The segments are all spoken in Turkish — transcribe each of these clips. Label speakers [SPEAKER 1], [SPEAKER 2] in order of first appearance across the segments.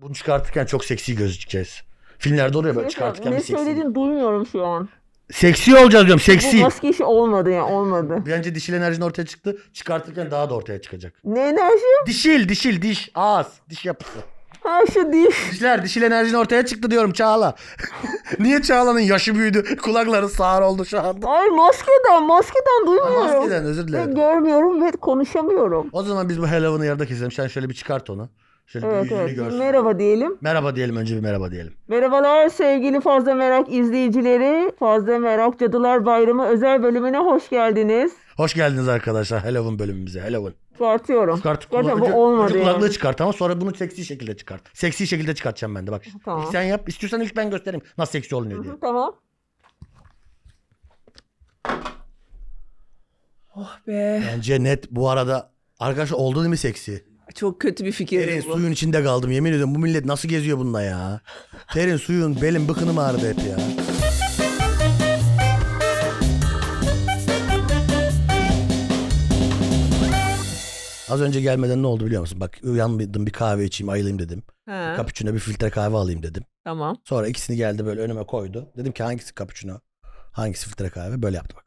[SPEAKER 1] Bunu çıkartırken çok seksi gözükeceğiz. Filmlerde oluyor böyle çıkartırken bir
[SPEAKER 2] ne
[SPEAKER 1] seksi.
[SPEAKER 2] söylediğini duymuyorum şu an.
[SPEAKER 1] Seksi olacağız diyorum
[SPEAKER 2] Bu
[SPEAKER 1] seksi.
[SPEAKER 2] maske işi olmadı ya olmadı.
[SPEAKER 1] Bence dişil enerjin ortaya çıktı. Çıkartırken daha da ortaya çıkacak.
[SPEAKER 2] Ne enerji?
[SPEAKER 1] Dişil dişil diş ağız diş yapısı.
[SPEAKER 2] Ha şu diş.
[SPEAKER 1] Dişler dişil enerjin ortaya çıktı diyorum Çağla. Niye Çağla'nın yaşı büyüdü kulakları sağır oldu şu anda.
[SPEAKER 2] Ay maskeden maskeden duymuyorum.
[SPEAKER 1] Maskeden özür
[SPEAKER 2] Ve
[SPEAKER 1] dilerim.
[SPEAKER 2] görmüyorum ve konuşamıyorum.
[SPEAKER 1] O zaman biz bu Halloween'ı yarıda keselim. Sen şöyle bir çıkart onu. Şöyle bir
[SPEAKER 2] Evet
[SPEAKER 1] yüzünü
[SPEAKER 2] evet.
[SPEAKER 1] görsün.
[SPEAKER 2] Merhaba diyelim.
[SPEAKER 1] merhaba diyelim önce bir merhaba diyelim.
[SPEAKER 2] Merhabalar sevgili Fazla Merak izleyicileri. Fazla Merak Cadılar Bayramı özel bölümüne hoş geldiniz.
[SPEAKER 1] Hoş geldiniz arkadaşlar Halloween bölümümüze. Halloween.
[SPEAKER 2] Çıkartıyorum.
[SPEAKER 1] Çıkart
[SPEAKER 2] Gerçekten bu
[SPEAKER 1] kulaklığı,
[SPEAKER 2] olmadı
[SPEAKER 1] önce
[SPEAKER 2] yani.
[SPEAKER 1] kulaklığı çıkart ama sonra bunu seksi şekilde çıkart. Seksi şekilde çıkartacağım ben de bak.
[SPEAKER 2] Tamam.
[SPEAKER 1] İlk sen yap. İstiyorsan ilk ben göstereyim nasıl seksi
[SPEAKER 2] Hı
[SPEAKER 1] olunuyor diye.
[SPEAKER 2] hı, Tamam.
[SPEAKER 3] Oh be.
[SPEAKER 1] Eh. Bence net bu arada arkadaşlar oldu değil mi seksi?
[SPEAKER 3] Çok kötü bir
[SPEAKER 1] Terin
[SPEAKER 3] fikir. bu.
[SPEAKER 1] suyun içinde kaldım yemin ediyorum bu millet nasıl geziyor bununla ya? Terin suyun belim bıkınım ağrıdı hep ya. Az önce gelmeden ne oldu biliyor musun? Bak uyanmadım bir kahve içeyim ayılayım dedim.
[SPEAKER 3] Ha,
[SPEAKER 1] Cappuccino bir filtre kahve alayım dedim.
[SPEAKER 3] tamam.
[SPEAKER 1] Sonra ikisini geldi böyle önüme koydu. Dedim ki hangisi cappuccino? Hangisi filtre kahve? Böyle yaptı bak.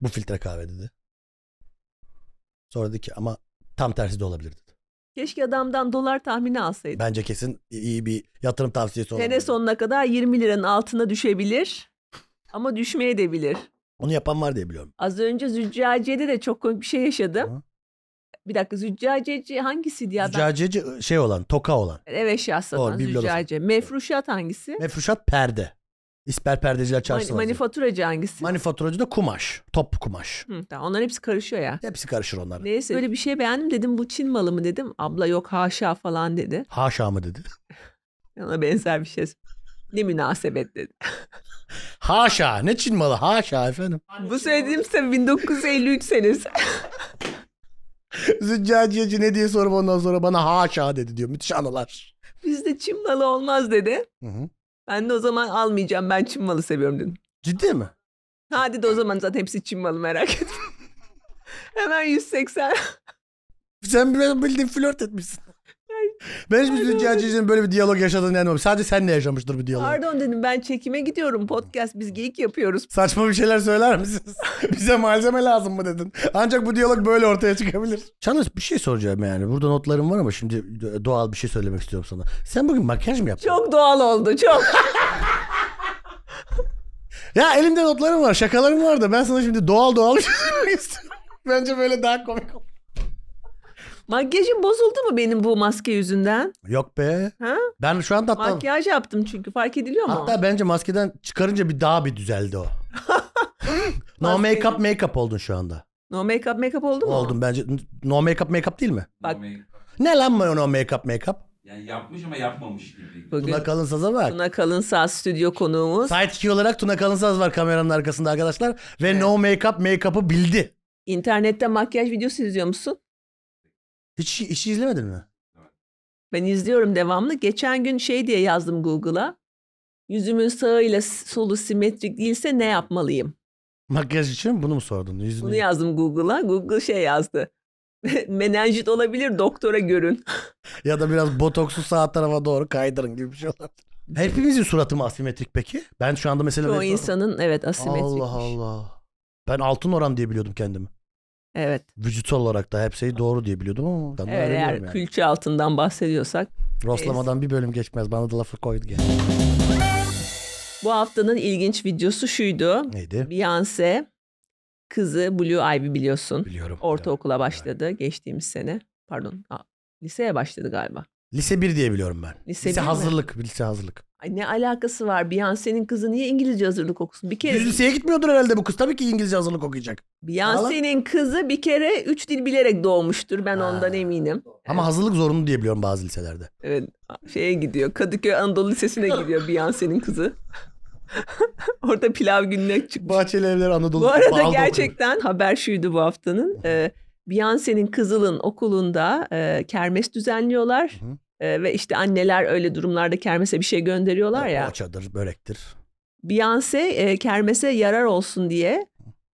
[SPEAKER 1] Bu filtre kahve dedi. Sonra dedi ki ama tam tersi de olabilir dedi.
[SPEAKER 3] Keşke adamdan dolar tahmini alsaydı.
[SPEAKER 1] Bence kesin iyi bir yatırım tavsiyesi olabilir.
[SPEAKER 3] Sene sonuna kadar 20 liranın altına düşebilir. Ama düşmeye de bilir.
[SPEAKER 1] Onu yapan var diye biliyorum.
[SPEAKER 3] Az önce Züccaciye'de de çok komik bir şey yaşadım.
[SPEAKER 1] Hı.
[SPEAKER 3] Bir dakika Züccaciyeci hangisiydi ya? Ben...
[SPEAKER 1] Züccaciyeci şey olan, toka olan.
[SPEAKER 3] Ev eşyası
[SPEAKER 1] Doğru,
[SPEAKER 3] satan
[SPEAKER 1] biblo da satan.
[SPEAKER 3] züccaciye. Mefruşat hangisi?
[SPEAKER 1] Mefruşat perde. İsper perdeciler
[SPEAKER 3] Man-
[SPEAKER 1] çarşısı. var.
[SPEAKER 3] manifaturacı hangisi?
[SPEAKER 1] Manifaturacı da kumaş. Top kumaş.
[SPEAKER 3] Hı, tamam. Onların hepsi karışıyor ya.
[SPEAKER 1] Hepsi karışır onlar.
[SPEAKER 3] Neyse böyle bir şey beğendim dedim bu Çin malı mı dedim. Abla yok haşa falan dedi.
[SPEAKER 1] Haşa mı dedi?
[SPEAKER 3] Ona benzer bir şey. Ne münasebet dedi.
[SPEAKER 1] Haşa. Ne Çin malı? Haşa efendim.
[SPEAKER 3] Bu söylediğimse 1953 senesi.
[SPEAKER 1] Züccaciyeci ne diye sorup ondan sonra bana haşa dedi diyor. Müthiş anılar.
[SPEAKER 3] Bizde Çin malı olmaz dedi. Ben de o zaman almayacağım ben Çin malı seviyorum dedim.
[SPEAKER 1] Ciddi mi?
[SPEAKER 3] Ha dedi o zaman zaten hepsi Çin malı merak etme. Hemen 180.
[SPEAKER 1] Sen biraz bildiğin flört etmişsin. ben hiçbir züccaciyecinin böyle bir diyalog yaşadığını inanmıyorum. Sadece senle yaşamıştır bu diyalog.
[SPEAKER 3] Pardon dedim ben çekime gidiyorum podcast biz geyik yapıyoruz.
[SPEAKER 1] Saçma bir şeyler söyler misiniz? Bize malzeme lazım mı dedin? Ancak bu diyalog böyle ortaya çıkabilir. Çanız bir şey soracağım yani. Burada notlarım var ama şimdi doğal bir şey söylemek istiyorum sana. Sen bugün makyaj mı yaptın?
[SPEAKER 3] Çok doğal oldu çok.
[SPEAKER 1] Ya elimde notlarım var, şakalarım var da ben sana şimdi doğal doğal bir şey söylemek istiyorum. Bence böyle daha komik olur.
[SPEAKER 3] Makyajım bozuldu mu benim bu maske yüzünden?
[SPEAKER 1] Yok be.
[SPEAKER 3] Ha?
[SPEAKER 1] Ben şu anda hatta...
[SPEAKER 3] Makyaj yaptım çünkü fark ediliyor mu?
[SPEAKER 1] Hatta bence maskeden çıkarınca bir daha bir düzeldi o. no
[SPEAKER 3] Maskeyi-
[SPEAKER 1] make up make up oldun şu anda.
[SPEAKER 3] No make up make up oldu mu?
[SPEAKER 1] Oldun bence. No make up make up değil mi?
[SPEAKER 3] Bak-
[SPEAKER 4] Ama-
[SPEAKER 1] Ne lan bu no make up make up?
[SPEAKER 4] Yani yapmış ama yapmamış gibi.
[SPEAKER 3] Bugün
[SPEAKER 1] Tuna Kalınsaz'a bak.
[SPEAKER 3] Tuna Kalınsaz stüdyo konuğumuz.
[SPEAKER 1] Side key olarak Tuna Kalınsaz var kameranın arkasında arkadaşlar. Ve no make up make up'ı bildi.
[SPEAKER 3] İnternette makyaj videosu izliyor musun?
[SPEAKER 1] Hiç, hiç izlemedin mi?
[SPEAKER 3] Ben izliyorum devamlı. Geçen gün şey diye yazdım Google'a. Yüzümün sağıyla s- solu simetrik değilse ne yapmalıyım?
[SPEAKER 1] Makyaj için bunu mu sordun? Yüzünü.
[SPEAKER 3] Bunu yazdım Google'a. Google şey yazdı. Menenjit olabilir doktora görün.
[SPEAKER 1] ya da biraz botoksu sağ tarafa doğru kaydırın gibi bir şey olabilir. Hepimizin suratı mı asimetrik peki? Ben şu anda mesela...
[SPEAKER 3] Çoğu
[SPEAKER 1] benim suratım-
[SPEAKER 3] insanın evet asimetrikmiş.
[SPEAKER 1] Allah Allah. Ben altın oran diye biliyordum kendimi.
[SPEAKER 3] Evet.
[SPEAKER 1] vücutsal olarak da hepsi doğru diye biliyordum ama ben de
[SPEAKER 3] Evet, eğer
[SPEAKER 1] öğreniyorum yani.
[SPEAKER 3] külçe altından bahsediyorsak.
[SPEAKER 1] Roslamadan bir bölüm geçmez. Bana da lafı koydu gene.
[SPEAKER 3] Bu haftanın ilginç videosu şuydu.
[SPEAKER 1] Neydi?
[SPEAKER 3] Beyoncé kızı Blue Ivy biliyorsun.
[SPEAKER 1] Biliyorum.
[SPEAKER 3] Ortaokula
[SPEAKER 1] Evet.
[SPEAKER 3] başladı geçtiğimiz sene. Pardon. aa, liseye başladı galiba.
[SPEAKER 1] Lise 1 diye biliyorum ben. Lise,
[SPEAKER 3] Lise bir mi?
[SPEAKER 1] hazırlık. Lise hazırlık.
[SPEAKER 3] Ay ne alakası var? Beyoncé'nin kızı niye İngilizce hazırlık okusun? Bir kere
[SPEAKER 1] Düz liseye gitmiyordur herhalde bu kız. Tabii ki İngilizce hazırlık okuyacak.
[SPEAKER 3] Beyoncé'nin kızı bir kere üç dil bilerek doğmuştur. Ben
[SPEAKER 1] Ha.
[SPEAKER 3] ondan eminim.
[SPEAKER 1] Ama hazırlık zorunlu diye biliyorum bazı liselerde.
[SPEAKER 3] Evet, şeye gidiyor. Kadıköy Anadolu Lisesi'ne gidiyor Beyoncé'nin kızı. Orada pilav gününe çıkmış.
[SPEAKER 1] Bahçeli Evler Anadolu.
[SPEAKER 3] Bu arada
[SPEAKER 1] Bağlı'da
[SPEAKER 3] gerçekten haber şuydu bu haftanın. Ee, Beyoncé'nin Kızıl'ın okulunda e, kermes düzenliyorlar.
[SPEAKER 1] Hı hı.
[SPEAKER 3] E, ve işte anneler öyle durumlarda kermese bir şey gönderiyorlar
[SPEAKER 1] okuyor.
[SPEAKER 3] ya.
[SPEAKER 1] Poğaçadır, börektir.
[SPEAKER 3] Beyoncé e, kermese yarar olsun diye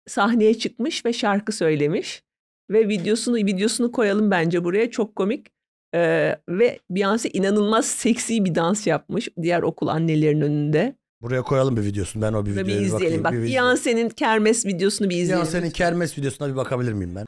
[SPEAKER 3] sahneye çıkmış ve şarkı söylemiş. Ve videosunu videosunu koyalım bence buraya. Çok komik. Ee, ve Beyoncé inanılmaz seksi bir dans yapmış diğer okul annelerinin önünde.
[SPEAKER 1] Buraya koyalım bir videosunu. Ben o bir
[SPEAKER 3] Ve bir
[SPEAKER 1] videoya bir
[SPEAKER 3] izleyelim.
[SPEAKER 1] bakayım.
[SPEAKER 3] Bak Beyoncé'nin kermes videosunu bir izleyelim.
[SPEAKER 1] Beyoncé'nin kermes videosuna bir bakabilir miyim ben?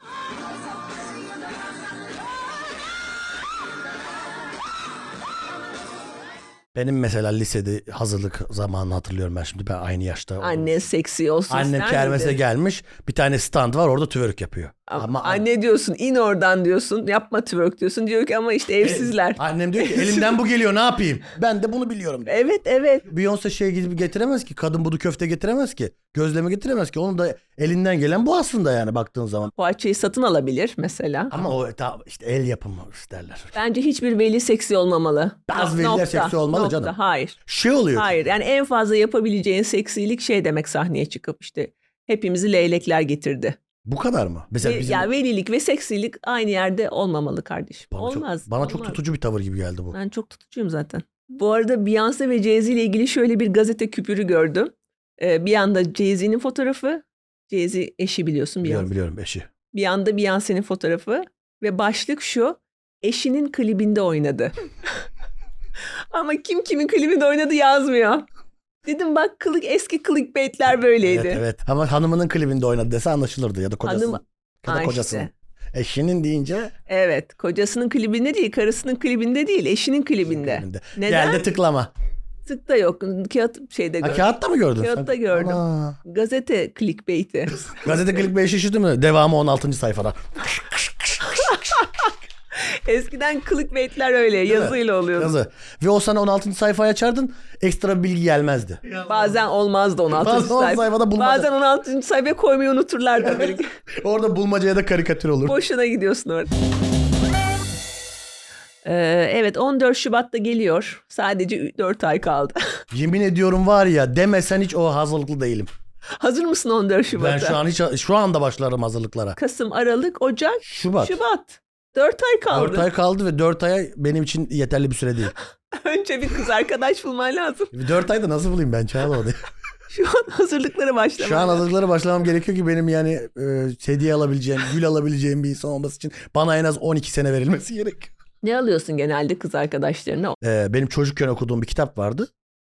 [SPEAKER 1] Benim mesela lisede hazırlık zamanını hatırlıyorum ben şimdi. Ben aynı yaşta. oldum.
[SPEAKER 3] Anne seksi olsun.
[SPEAKER 1] Annem
[SPEAKER 3] ister
[SPEAKER 1] kermese
[SPEAKER 3] miydin?
[SPEAKER 1] gelmiş. Bir tane stand var orada tüvörük yapıyor.
[SPEAKER 3] Ama,
[SPEAKER 1] Ama an-
[SPEAKER 3] anne diyorsun in oradan diyorsun yapma twerk diyorsun diyor ki ama
[SPEAKER 1] E,
[SPEAKER 3] işte evsizler. E-
[SPEAKER 1] annem diyor ki elimden bu geliyor ne yapayım? Ben de bunu biliyorum. diyor.
[SPEAKER 3] Evet evet.
[SPEAKER 1] Beyoncé şey gidip getiremez ki. Kadın budu köfte getiremez ki. Gözleme getiremez ki. Onun da elinden gelen bu aslında yani baktığın zaman.
[SPEAKER 3] Poğaçayı satın alabilir mesela.
[SPEAKER 1] Ama o ta- işte el yapımı derler.
[SPEAKER 3] Bence hiçbir veli seksi olmamalı.
[SPEAKER 1] Bazı veliler seksi olmalı canım.
[SPEAKER 3] Hayır.
[SPEAKER 1] Şey oluyor.
[SPEAKER 3] Hayır. Yani en fazla yapabileceğin seksilik şey demek sahneye çıkıp işte hepimizi leylekler getirdi.
[SPEAKER 1] Bu kadar mı? Mesela
[SPEAKER 3] Ve-
[SPEAKER 1] bizim
[SPEAKER 3] Yani velilik ve seksilik aynı yerde olmamalı kardeşim.
[SPEAKER 1] bana
[SPEAKER 3] olmaz.
[SPEAKER 1] Çok, bana çok
[SPEAKER 3] olmaz.
[SPEAKER 1] tutucu bir tavır gibi geldi bu.
[SPEAKER 3] Ben çok tutucuyum zaten. Bu arada Beyoncé ve Jay-Z ile ilgili şöyle bir gazete küpürü gördüm. Ee, bir yanda Jay-Z'nin fotoğrafı. Jay-Z eşi biliyorsun
[SPEAKER 1] Biliyorum
[SPEAKER 3] Beyoncé.
[SPEAKER 1] biliyorum eşi.
[SPEAKER 3] Bir yanda Beyoncé'nin fotoğrafı ve başlık şu. Eşinin klibinde oynadı. Ama kim kimin klibinde oynadı yazmıyor. Dedim bak kılık eski clickbaitler böyleydi.
[SPEAKER 1] Evet evet. Ama hanımının klibinde oynadı dese anlaşılırdı ya da kocasının.
[SPEAKER 3] Hanım-
[SPEAKER 1] Ya da
[SPEAKER 3] Aa,
[SPEAKER 1] kocasının.
[SPEAKER 3] işte.
[SPEAKER 1] Eşinin deyince
[SPEAKER 3] Evet, kocasının klibinde değil, karısının klibinde değil, eşinin klibinde.
[SPEAKER 1] klibinde.
[SPEAKER 3] Neden?
[SPEAKER 1] Geldi tıklama.
[SPEAKER 3] Tık da yok. Kağıt şeyde
[SPEAKER 1] Ha,
[SPEAKER 3] gördüm.
[SPEAKER 1] kağıtta mı gördün?
[SPEAKER 3] Kağıtta
[SPEAKER 1] Sen-
[SPEAKER 3] gördüm.
[SPEAKER 1] Ana.
[SPEAKER 3] Gazete clickbait'i.
[SPEAKER 1] Gazete clickbait şişti mi? Devamı 16. sayfada.
[SPEAKER 3] Eskiden clickbait'ler öyle
[SPEAKER 1] mi?
[SPEAKER 3] yazıyla oluyordu.
[SPEAKER 1] Yazı. Ve o sana 16. sayfayı açardın ekstra bir bilgi gelmezdi.
[SPEAKER 3] Bazen olmazdı 16.
[SPEAKER 1] Bazen on
[SPEAKER 3] sayfa.
[SPEAKER 1] sayfada bulmaca.
[SPEAKER 3] Bazen 16. sayfaya koymayı unuturlardı. Böyle
[SPEAKER 1] Orada bulmacaya da karikatür olur.
[SPEAKER 3] Boşuna gidiyorsun orada. Ee, evet 14 Şubat'ta geliyor. Sadece 4 ay kaldı.
[SPEAKER 1] Yemin ediyorum var ya demesen hiç o hazırlıklı değilim.
[SPEAKER 3] Hazır mısın 14 Şubat'a?
[SPEAKER 1] Ben şu an hiç şu anda başlarım hazırlıklara.
[SPEAKER 3] Kasım, Aralık, Ocak,
[SPEAKER 1] Şubat.
[SPEAKER 3] Şubat. 4 ay kaldı.
[SPEAKER 1] 4 ay kaldı ve 4 aya benim için yeterli bir süre değil.
[SPEAKER 3] Önce bir kız arkadaş bulman lazım.
[SPEAKER 1] 4 ayda nasıl bulayım ben Çağla onu?
[SPEAKER 3] Şu an hazırlıklara başlaman
[SPEAKER 1] Şu an
[SPEAKER 3] lazım.
[SPEAKER 1] hazırlıklara başlamam gerekiyor ki benim yani e, hediye alabileceğim, gül alabileceğim bir insan olması için bana en az 12 sene verilmesi gerek.
[SPEAKER 3] Ne alıyorsun genelde kız arkadaşlarına?
[SPEAKER 1] E, benim çocukken okuduğum bir kitap vardı.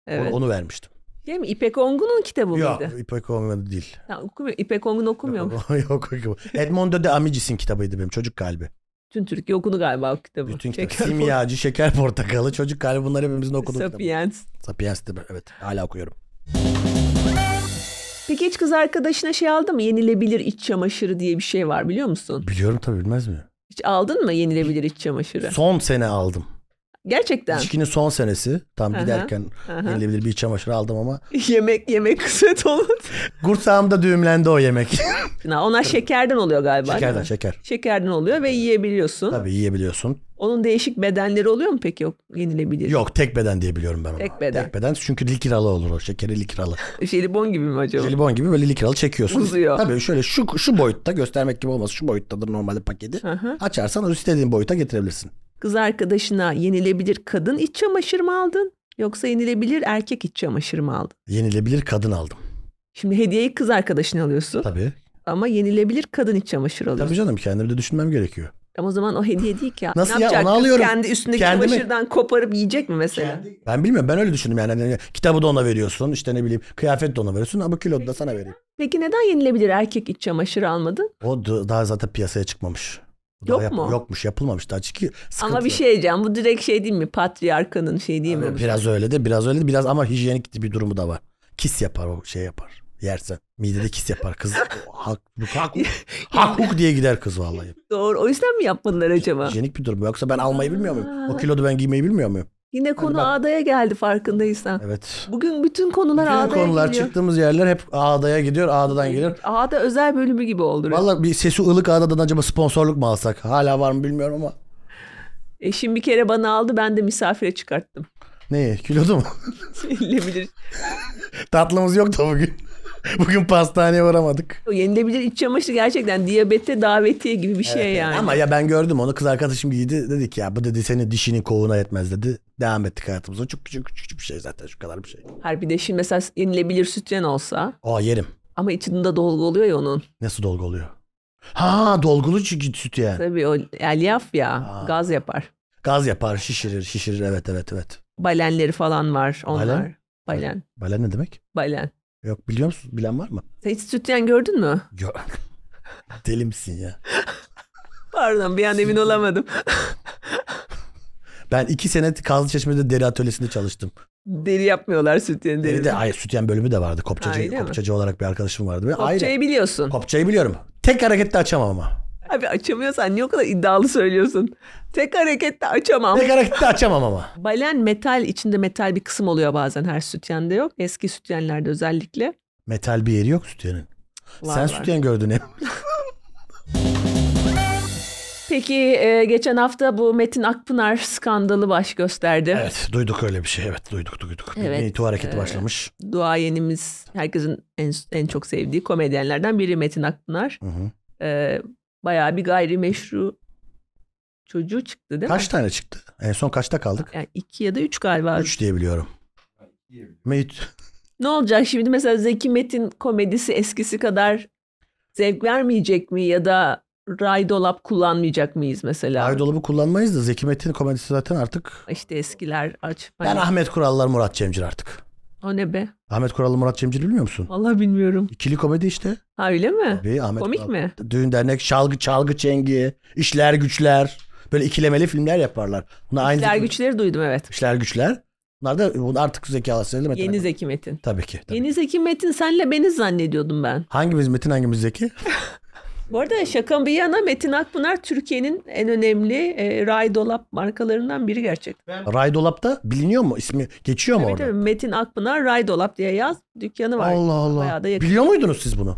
[SPEAKER 1] Onu-
[SPEAKER 3] Evet.
[SPEAKER 1] Onu, vermiştim.
[SPEAKER 3] Değil mi? İpek Ongun'un kitabı
[SPEAKER 1] Yok
[SPEAKER 3] mıydı?
[SPEAKER 1] İpek Olmayan değil.
[SPEAKER 3] Ha, okumuyor. İpek Ongun okumuyor mu?
[SPEAKER 1] Yok, yok, yok. Edmondo de Amicis'in kitabıydı benim çocuk kalbi.
[SPEAKER 3] Bütün Türkiye okudu galiba o kitabı.
[SPEAKER 1] Bütün kitap.
[SPEAKER 3] Şeker
[SPEAKER 1] Simyacı, şeker portakalı, çocuk kalbi bunlar hepimizin okuduğu kitabı.
[SPEAKER 3] Sapiens.
[SPEAKER 1] Sapiens de evet hala okuyorum.
[SPEAKER 3] Peki hiç kız arkadaşına şey aldın mı? Yenilebilir iç çamaşırı diye bir şey var biliyor musun?
[SPEAKER 1] Biliyorum tabii bilmez mi?
[SPEAKER 3] Hiç aldın mı yenilebilir iç çamaşırı?
[SPEAKER 1] Son sene aldım.
[SPEAKER 3] Gerçekten.
[SPEAKER 1] İlişkinin son senesi. Tam
[SPEAKER 3] Aha,
[SPEAKER 1] giderken
[SPEAKER 3] Aha.
[SPEAKER 1] yenilebilir bir iç çamaşırı aldım ama
[SPEAKER 3] yemek yemek kısmet olmadı.
[SPEAKER 1] kursağımda düğümlendi o yemek.
[SPEAKER 3] Na, Onlar şekerden oluyor galiba. değil
[SPEAKER 1] Şekerden
[SPEAKER 3] mi?
[SPEAKER 1] şeker.
[SPEAKER 3] Şekerden oluyor ve yiyebiliyorsun.
[SPEAKER 1] Tabii yiyebiliyorsun.
[SPEAKER 3] Onun değişik bedenleri oluyor mu peki o yenilebilir?
[SPEAKER 1] Yok tek beden diye biliyorum ben onu.
[SPEAKER 3] Tek beden.
[SPEAKER 1] Tek beden çünkü likiralı olur o. Şekeri likiralı.
[SPEAKER 3] Jelibon gibi mi acaba?
[SPEAKER 1] Jelibon gibi böyle likiralı çekiyorsun.
[SPEAKER 3] Uzuyor.
[SPEAKER 1] Tabii şöyle şu şu boyutta göstermek gibi olmaz. Şu boyuttadır normalde paketi.
[SPEAKER 3] Hı hı.
[SPEAKER 1] Açarsan o istediğin boyuta getirebilirsin.
[SPEAKER 3] Kız arkadaşına yenilebilir kadın iç çamaşır mı aldın? Yoksa yenilebilir erkek iç çamaşır mı aldın?
[SPEAKER 1] Yenilebilir kadın aldım.
[SPEAKER 3] Şimdi hediyeyi kız arkadaşına alıyorsun
[SPEAKER 1] Tabii.
[SPEAKER 3] ama yenilebilir kadın iç çamaşır alıyorsun.
[SPEAKER 1] Tabii canım kendimi de düşünmem gerekiyor.
[SPEAKER 3] Ama o zaman o hediye değil ki.
[SPEAKER 1] Nasıl
[SPEAKER 3] ne
[SPEAKER 1] ya?
[SPEAKER 3] yapacak?
[SPEAKER 1] Onu
[SPEAKER 3] Kız
[SPEAKER 1] alıyorum.
[SPEAKER 3] Kendi üstündeki
[SPEAKER 1] Kendimi-
[SPEAKER 3] çamaşırdan koparıp yiyecek mi mesela?
[SPEAKER 1] Ben bilmiyorum ben öyle düşündüm yani. Hani kitabı da ona veriyorsun işte ne bileyim kıyafet de ona veriyorsun ama kilo da sana vereyim.
[SPEAKER 3] Peki neden yenilebilir erkek iç çamaşırı almadın?
[SPEAKER 1] O da- daha zaten piyasaya çıkmamış. O daha
[SPEAKER 3] Yok mu?
[SPEAKER 1] Yokmuş yapılmamış daha çünkü sıkıntı.
[SPEAKER 3] Ama bir şey diyeceğim bu direkt şey değil mi? Patriarkanın şey değil mi?
[SPEAKER 1] Biraz öyle de biraz öyle de biraz ama hijyenik bir durumu da var. Kis yapar o şey yapar. Yersen. Midede kis yapar kız. hak, hak, hak, huk diye gider kız vallahi.
[SPEAKER 3] Doğru. O yüzden mi yapmadılar acaba?
[SPEAKER 1] Hijyenik bir şey. durum. Yoksa ben almayı bilmiyor muyum? O
[SPEAKER 3] Aa.
[SPEAKER 1] kilodu ben giymeyi bilmiyor muyum?
[SPEAKER 3] Yine konu
[SPEAKER 1] bak.
[SPEAKER 3] ağdaya geldi farkındaysan.
[SPEAKER 1] Evet.
[SPEAKER 3] Bugün bütün konular
[SPEAKER 1] Bütün
[SPEAKER 3] ağdaya
[SPEAKER 1] konular
[SPEAKER 3] geliyor.
[SPEAKER 1] çıktığımız yerler hep ağdaya gidiyor. Ağdadan geliyor.
[SPEAKER 3] Ağda özel bölümü gibi oldu.
[SPEAKER 1] Valla bir sesi ılık ağdadan acaba sponsorluk mu alsak? Hala var mı bilmiyorum ama.
[SPEAKER 3] Eşim bir kere bana aldı ben de misafire çıkarttım.
[SPEAKER 1] Neyi? Kilodu mu?
[SPEAKER 3] Yenilebilir.
[SPEAKER 1] Tatlımız yoktu bugün. bugün pastaneye uğramadık.
[SPEAKER 3] O yenilebilir iç çamaşırı gerçekten diyabete davetiye gibi bir şey yani.
[SPEAKER 1] Ama ya ben gördüm onu kız arkadaşım giydi. Dedik ya bu dedi senin dişinin kovuğuna yetmez dedi. Devam ettik hayatımıza. Çok küçük küçük küçük bir şey zaten şu kadar bir şey.
[SPEAKER 3] Harbi de şimdi mesela yenilebilir sütyen olsa
[SPEAKER 1] Aa yerim.
[SPEAKER 3] ama içinde dolgu oluyor ya onun.
[SPEAKER 1] Nasıl dolgu oluyor? Ha dolgulu çünkü süt yani.
[SPEAKER 3] Tabii o elyaf ya
[SPEAKER 1] Aa.
[SPEAKER 3] gaz yapar.
[SPEAKER 1] Gaz yapar, şişirir, şişirir. Evet, evet, evet.
[SPEAKER 3] Balenleri falan var onlar.
[SPEAKER 1] Balen?
[SPEAKER 3] Balen.
[SPEAKER 1] Balen ne demek?
[SPEAKER 3] Balen.
[SPEAKER 1] Yok biliyor musun? Bilen var mı?
[SPEAKER 3] Sen hiç sütyen gördün mü?
[SPEAKER 1] Yok. Deli misin ya?
[SPEAKER 3] Pardon bir an emin olamadım.
[SPEAKER 1] Ben iki sene Kazlıçeşme'de deri atölyesinde çalıştım.
[SPEAKER 3] Deri yapmıyorlar sütyen
[SPEAKER 1] Deri
[SPEAKER 3] deri.
[SPEAKER 1] de hayır sütyen bölümü de vardı.
[SPEAKER 3] Ha,
[SPEAKER 1] Kopçacı,
[SPEAKER 3] öyle mi?
[SPEAKER 1] kopçacı olarak bir arkadaşım vardı. Benim. Ayrı.
[SPEAKER 3] Kopçayı biliyorsun.
[SPEAKER 1] Kopçayı biliyorum. Tek harekette açamam ama.
[SPEAKER 3] Abi açamıyorsan niye o kadar iddialı söylüyorsun? Tek harekette açamam.
[SPEAKER 1] Tek harekette açamam ama.
[SPEAKER 3] Balen metal içinde metal bir kısım oluyor bazen her sütyende yok. Eski sütyenlerde özellikle.
[SPEAKER 1] Metal bir yeri yok sütyenin.
[SPEAKER 3] Var,
[SPEAKER 1] Sen
[SPEAKER 3] var.
[SPEAKER 1] sütyen gördün hep.
[SPEAKER 3] Peki e, geçen hafta bu Metin Akpınar skandalı baş gösterdi.
[SPEAKER 1] Evet duyduk öyle bir şey. Evet duyduk duyduk.
[SPEAKER 3] Evet,
[SPEAKER 1] Evet. Me Too hareketi
[SPEAKER 3] e,
[SPEAKER 1] başlamış.
[SPEAKER 3] Duayenimiz herkesin en, en çok sevdiği komedyenlerden biri Metin Akpınar.
[SPEAKER 1] Hı hı.
[SPEAKER 3] E, bayağı bir gayrimeşru çocuğu çıktı değil
[SPEAKER 1] Kaç tane çıktı? En son kaçta kaldık?
[SPEAKER 3] mi? Yani iki ya da üç galiba.
[SPEAKER 1] Üç diye biliyorum. Me-
[SPEAKER 3] Ne olacak şimdi mesela Zeki Metin komedisi eskisi kadar zevk vermeyecek mi ya da ray dolap kullanmayacak mıyız mesela?
[SPEAKER 1] Ay dolabı kullanmayız da Zeki Metin komedisi zaten artık.
[SPEAKER 3] İşte eskiler aç. hani
[SPEAKER 1] Ben Ahmet Kurallar Murat Cemcir artık.
[SPEAKER 3] O ne be?
[SPEAKER 1] Ahmet Kurallı Murat Cemcir bilmiyor musun?
[SPEAKER 3] Vallahi bilmiyorum.
[SPEAKER 1] İkili komedi işte.
[SPEAKER 3] Ha öyle mi?
[SPEAKER 1] Tabii Ahmet
[SPEAKER 3] Komik
[SPEAKER 1] Kural-
[SPEAKER 3] mi?
[SPEAKER 1] Düğün dernek, çalgı çalgı çengi, işler güçler. Böyle ikilemeli filmler yaparlar. Buna aynı
[SPEAKER 3] İşler güçleri duydum evet.
[SPEAKER 1] İşler güçler. Bunlar da bunlar artık Zeki Alasya'yla Metin.
[SPEAKER 3] Yeni
[SPEAKER 1] Akın.
[SPEAKER 3] Zeki Metin.
[SPEAKER 1] Tabii ki. Tabii.
[SPEAKER 3] Yeni Zeki Metin senle beni zannediyordum ben.
[SPEAKER 1] Hangimiz Metin hangimiz Zeki?
[SPEAKER 3] Bu arada şaka bir yana Metin Akpınar Türkiye'nin en önemli e, ray dolap markalarından biri gerçekten.
[SPEAKER 1] Ray Dolap'ta biliniyor mu? İsmi geçiyor mu
[SPEAKER 3] Tabii
[SPEAKER 1] orada?
[SPEAKER 3] tabii, Metin Akpınar ray dolap diye yaz dükkanı var.
[SPEAKER 1] Allah Allah.
[SPEAKER 3] Bayağı da yakın.
[SPEAKER 1] Biliyor muydunuz siz bunu?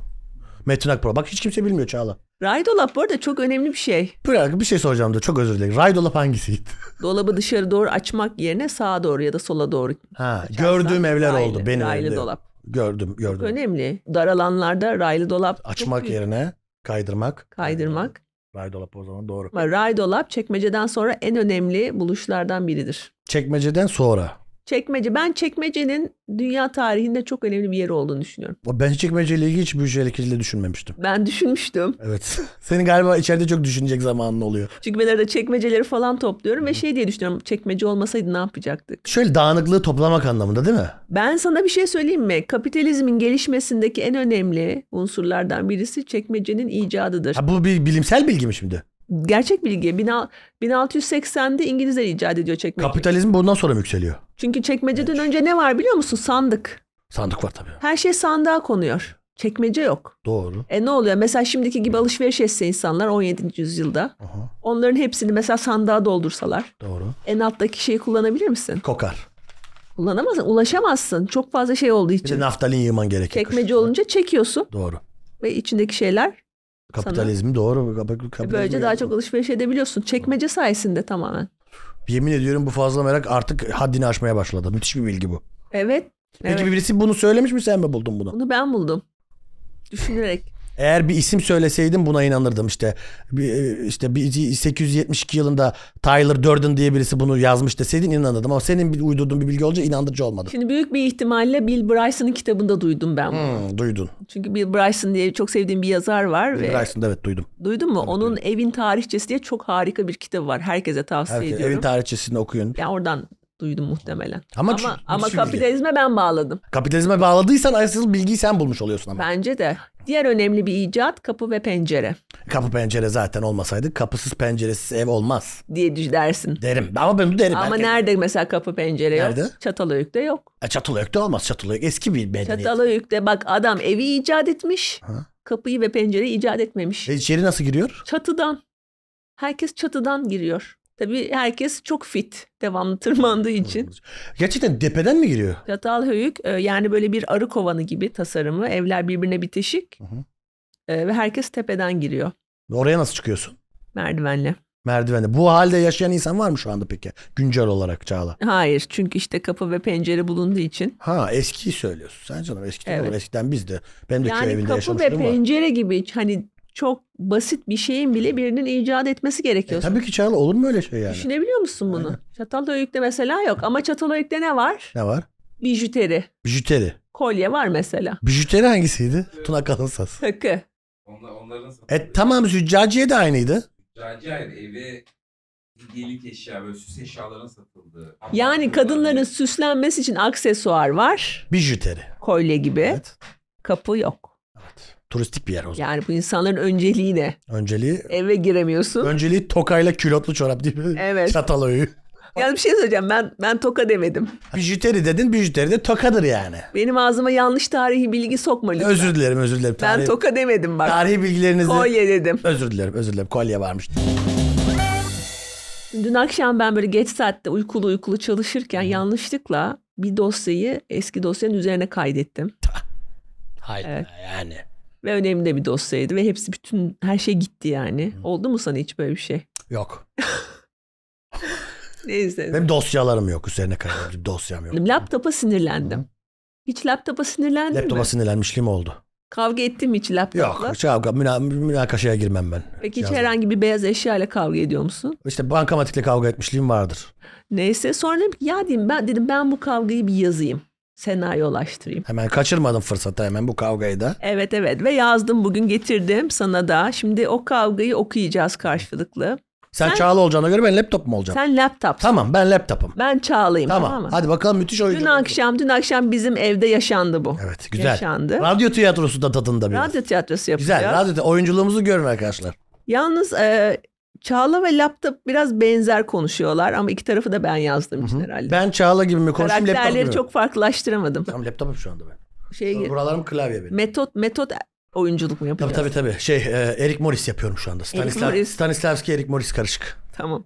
[SPEAKER 1] Metin Akpro. Bak hiç kimse bilmiyor Çağla.
[SPEAKER 3] Ray dolap bu arada çok önemli bir şey.
[SPEAKER 1] Bir dakika, bir şey soracağım da çok özür dilerim. Ray Dolap hangisiydi?
[SPEAKER 3] Dolabı dışarı doğru açmak yerine sağa doğru ya da sola doğru.
[SPEAKER 1] Ha,
[SPEAKER 3] açarsan
[SPEAKER 1] gördüğüm evler
[SPEAKER 3] raylı-
[SPEAKER 1] oldu benim
[SPEAKER 3] Raylı
[SPEAKER 1] evde.
[SPEAKER 3] dolap.
[SPEAKER 1] Gördüm,
[SPEAKER 3] Çok
[SPEAKER 1] gördüm.
[SPEAKER 3] önemli. Dar alanlarda raylı dolap. çok
[SPEAKER 1] Açmak
[SPEAKER 3] büyük.
[SPEAKER 1] yerine kaydırmak.
[SPEAKER 3] Kaydırmak.
[SPEAKER 1] Ray dolap o zaman doğru.
[SPEAKER 3] Ama ray dolap çekmeceden sonra en önemli buluşlardan biridir.
[SPEAKER 1] Çekmeceden sonra.
[SPEAKER 3] Çekmece. Ben çekmecenin dünya tarihinde çok önemli bir yeri olduğunu düşünüyorum.
[SPEAKER 1] Ben hiç çekmeceyle ilgili hiç büyücüleriyle düşünmemiştim.
[SPEAKER 3] Ben düşünmüştüm.
[SPEAKER 1] Evet. Senin galiba içeride çok düşünecek zamanın oluyor.
[SPEAKER 3] Çünkü ben arada çekmeceleri falan topluyorum ve şey diye düşünüyorum. Çekmece olmasaydı ne yapacaktık?
[SPEAKER 1] Şöyle dağınıklığı toplamak anlamında değil mi?
[SPEAKER 3] Ben sana bir şey söyleyeyim mi? Kapitalizmin gelişmesindeki en önemli unsurlardan birisi çekmecenin icadıdır.
[SPEAKER 1] Ha, bu bir bilimsel bilgi mi şimdi?
[SPEAKER 3] Gerçek bilgi. 16- 1680'de İngilizler icat ediyor çekmeceyi.
[SPEAKER 1] Kapitalizm bundan sonra mı yükseliyor?
[SPEAKER 3] Çünkü çekmeceden önce ne var biliyor musun? Sandık.
[SPEAKER 1] Sandık var tabii.
[SPEAKER 3] Her şey sandığa konuyor. Çekmece yok.
[SPEAKER 1] Doğru.
[SPEAKER 3] E ne oluyor? Mesela şimdiki gibi alışveriş etse insanlar 17. yüzyılda.
[SPEAKER 1] Aha,
[SPEAKER 3] Onların hepsini mesela sandığa doldursalar.
[SPEAKER 1] doğru.
[SPEAKER 3] En alttaki şeyi kullanabilir misin?
[SPEAKER 1] Kokar.
[SPEAKER 3] Kullanamazsın. Ulaşamazsın. Çok fazla şey olduğu
[SPEAKER 1] Bir de
[SPEAKER 3] için.
[SPEAKER 1] naftalin yığman gerekir.
[SPEAKER 3] Çekmece
[SPEAKER 1] kışın.
[SPEAKER 3] olunca çekiyorsun
[SPEAKER 1] Doğru.
[SPEAKER 3] ve içindeki şeyler e,
[SPEAKER 1] Kapitalizm doğru. Kap- kapitalizm
[SPEAKER 3] böylece daha
[SPEAKER 1] yani.
[SPEAKER 3] çok alışveriş edebiliyorsun. Çekmece sayesinde tamamen.
[SPEAKER 1] Yemin ediyorum bu fazla merak artık haddini aşmaya başladı. Müthiş bir bilgi bu.
[SPEAKER 3] Evet.
[SPEAKER 1] Peki
[SPEAKER 3] evet.
[SPEAKER 1] birisi bunu söylemiş mi sen mi buldun bunu?
[SPEAKER 3] Bunu ben buldum. Düşünerek.
[SPEAKER 1] Eğer bir isim söyleseydim buna inanırdım işte. Bir, e, işte bir 872 yılında Tyler Durden diye birisi bunu yazmış deseydin inanırdım ama senin bir uydurduğun bir bilgi olunca inandırıcı olmadı.
[SPEAKER 3] Şimdi büyük bir ihtimalle Bill Bryson'ın kitabında duydum ben bunu.
[SPEAKER 1] Hmm, duydun.
[SPEAKER 3] Çünkü Bill Bryson diye çok sevdiğim bir yazar var
[SPEAKER 1] Bill
[SPEAKER 3] ve
[SPEAKER 1] Bryson'da evet duydum.
[SPEAKER 3] duydun mu? Onun Evin Tarihçesi diye çok harika bir kitabı var. Herkese tavsiye
[SPEAKER 1] Herkes,
[SPEAKER 3] ediyorum.
[SPEAKER 1] evin tarihçesini okuyun.
[SPEAKER 3] yani oradan duydum muhtemelen.
[SPEAKER 1] Ama
[SPEAKER 3] Ama
[SPEAKER 1] şu-
[SPEAKER 3] ama,
[SPEAKER 1] şu bilgi.
[SPEAKER 3] kapitalizme ben bağladım.
[SPEAKER 1] Kapitalizme bağladıysan asıl bilgiyi sen bulmuş oluyorsun ama.
[SPEAKER 3] Bence de. Diğer önemli bir icat kapı ve pencere
[SPEAKER 1] Kapı pencere zaten olmasaydı kapısız penceresiz ev olmaz
[SPEAKER 3] diye düş- dersin.
[SPEAKER 1] derim. Ama ben bunu derim.
[SPEAKER 3] Ama
[SPEAKER 1] Herkes-
[SPEAKER 3] nerede mesela kapı pencere yok?
[SPEAKER 1] Nerede?
[SPEAKER 3] Çatalhöyük'te yok.
[SPEAKER 1] E, Çatalhöyük'te olmaz. Çatalhöyük eski bir medeniyet.
[SPEAKER 3] Çatalhöyük'te bak adam evi icat etmiş.
[SPEAKER 1] Ha.
[SPEAKER 3] Kapıyı ve pencereyi icat etmemiş.
[SPEAKER 1] E, içeri nasıl giriyor?
[SPEAKER 3] Çatıdan. Herkes çatıdan giriyor. Tabii herkes çok fit. Devamlı tırmandığı için.
[SPEAKER 1] Gerçekten tepeden mi giriyor?
[SPEAKER 3] Çatalhöyük e, yani böyle bir arı kovanı gibi tasarımı. Evler birbirine bitişik.
[SPEAKER 1] Hı hı.
[SPEAKER 3] E, Ve herkes tepeden giriyor
[SPEAKER 1] Oraya nasıl çıkıyorsun?
[SPEAKER 3] merdivenle.
[SPEAKER 1] Merdivende. Bu halde yaşayan insan var mı şu anda peki? Güncel olarak Çağla.
[SPEAKER 3] Hayır çünkü işte kapı ve pencere bulunduğu için.
[SPEAKER 1] Ha eskiyi söylüyorsun. Sen canım eskiden
[SPEAKER 3] Evet.
[SPEAKER 1] olur. Eskiden biz de. Benim de köy
[SPEAKER 3] Yani
[SPEAKER 1] evinde
[SPEAKER 3] kapı ve
[SPEAKER 1] yaşamışlığım var.
[SPEAKER 3] pencere gibi hani çok basit bir şeyin bile birinin icat etmesi
[SPEAKER 1] E,
[SPEAKER 3] gerekiyor.
[SPEAKER 1] tabii ki Çağla olur mu öyle şey yani?
[SPEAKER 3] Düşünebiliyor musun bunu?
[SPEAKER 1] Aynen.
[SPEAKER 3] Çatalhöyük'te mesela yok ama Çatalhöyük'te ne var?
[SPEAKER 1] Ne var?
[SPEAKER 3] Bijuteri.
[SPEAKER 1] Bijuteri.
[SPEAKER 3] Kolye var mesela.
[SPEAKER 1] Bijuteri hangisiydi? Tuna Kalınsas.
[SPEAKER 3] Takı.
[SPEAKER 4] Onlar, onların satılıyor.
[SPEAKER 1] E tamam züccaciye de aynıydı.
[SPEAKER 4] Züccaciye ayrı, eve hediyelik eşya böyle süs eşyaların satıldığı.
[SPEAKER 3] Yani kadınların süslenmesi için aksesuar var.
[SPEAKER 1] Bijuteri.
[SPEAKER 3] Kolye gibi.
[SPEAKER 1] Evet.
[SPEAKER 3] Kapı yok.
[SPEAKER 1] evet. Turistik bir yer o zaman.
[SPEAKER 3] Yani bu insanların önceliği ne?
[SPEAKER 1] Önceliği
[SPEAKER 3] Eve giremiyorsun.
[SPEAKER 1] önceliği tokayla külotlu çorap diye bir
[SPEAKER 3] Evet.
[SPEAKER 1] çatal öğü.
[SPEAKER 3] Yani bir şey söyleyeceğim. Ben ben toka demedim.
[SPEAKER 1] Bijuteri dedin bijuteri de tokadır yani.
[SPEAKER 3] Benim ağzıma yanlış tarihi bilgi sokma lütfen.
[SPEAKER 1] Özür dilerim özür dilerim.
[SPEAKER 3] Ben
[SPEAKER 1] Tarih-
[SPEAKER 3] toka demedim bak.
[SPEAKER 1] Tarihi bilgilerinizi
[SPEAKER 3] Kolye dedim.
[SPEAKER 1] özür dilerim özür dilerim kolye varmış.
[SPEAKER 3] Dün akşam ben böyle geç saatte uykulu uykulu çalışırken yanlışlıkla bir dosyayı eski dosyanın üzerine kaydettim.
[SPEAKER 1] Hayda
[SPEAKER 3] Evet.
[SPEAKER 1] yani.
[SPEAKER 3] Ve önemli de bir dosyaydı ve hepsi bütün her şey gitti yani. Oldu mu sana hiç böyle bir şey?
[SPEAKER 1] Yok.
[SPEAKER 3] Neyse.
[SPEAKER 1] Benim dosyalarım yok üzerine kaydedilmiş dosyam yok.
[SPEAKER 3] Laptopa sinirlendim. Hiç laptopa sinirlendin
[SPEAKER 1] Laptopa
[SPEAKER 3] mi?
[SPEAKER 1] sinirlenmişliğim oldu.
[SPEAKER 3] Kavga ettin mi hiç laptopla?
[SPEAKER 1] Yok. şey, Kavga, müna, münakaşaya girmem ben.
[SPEAKER 3] Peki hiç
[SPEAKER 1] Yazdım.
[SPEAKER 3] herhangi bir beyaz eşyayla kavga ediyor musun?
[SPEAKER 1] İşte bankamatikle kavga etmişliğim vardır.
[SPEAKER 3] Neyse sonra dedim ki ya dedim ben dedim ben bu kavgayı bir yazayım. Senaryolaştırayım.
[SPEAKER 1] Hemen kaçırmadım fırsatı hemen bu kavgayı da.
[SPEAKER 3] Evet evet ve yazdım bugün getirdim sana da. Şimdi o kavgayı okuyacağız karşılıklı.
[SPEAKER 1] Sen,
[SPEAKER 3] Sen-
[SPEAKER 1] Çağla olacağına göre ben laptop mu olacağım?
[SPEAKER 3] Sen laptop.
[SPEAKER 1] Tamam ben laptopum.
[SPEAKER 3] Ben Çağla'yım
[SPEAKER 1] Tamam.
[SPEAKER 3] tamam, mı?
[SPEAKER 1] Hadi bakalım müthiş oyuncu.
[SPEAKER 3] Dün akşam dün akşam bizim evde yaşandı bu.
[SPEAKER 1] Evet güzel.
[SPEAKER 3] Yaşandı.
[SPEAKER 1] Radyo tiyatrosu da tadında biraz.
[SPEAKER 3] Radyo tiyatrosu yapacağız.
[SPEAKER 1] Güzel. Radyo oyunculuğumuzu görün arkadaşlar.
[SPEAKER 3] Yalnız e, Çağla ve laptop biraz benzer konuşuyorlar ama iki tarafı da ben yazdım için herhalde.
[SPEAKER 1] Ben Çağla gibi mi konuşayım laptop gibi
[SPEAKER 3] Karakterleri
[SPEAKER 1] mi?
[SPEAKER 3] çok farklılaştıramadım.
[SPEAKER 1] Tamam laptopum şu anda ben.
[SPEAKER 3] Şey,
[SPEAKER 1] Buralarım klavye benim.
[SPEAKER 3] metot metot oyunculuk mu
[SPEAKER 1] Tabii
[SPEAKER 3] yapacağız?
[SPEAKER 1] tabii tabii. Şey e, Erik Morris yapıyorum şu anda. Stanislav,
[SPEAKER 3] Morris.
[SPEAKER 1] Stanislavski Erik Morris karışık.
[SPEAKER 3] Tamam.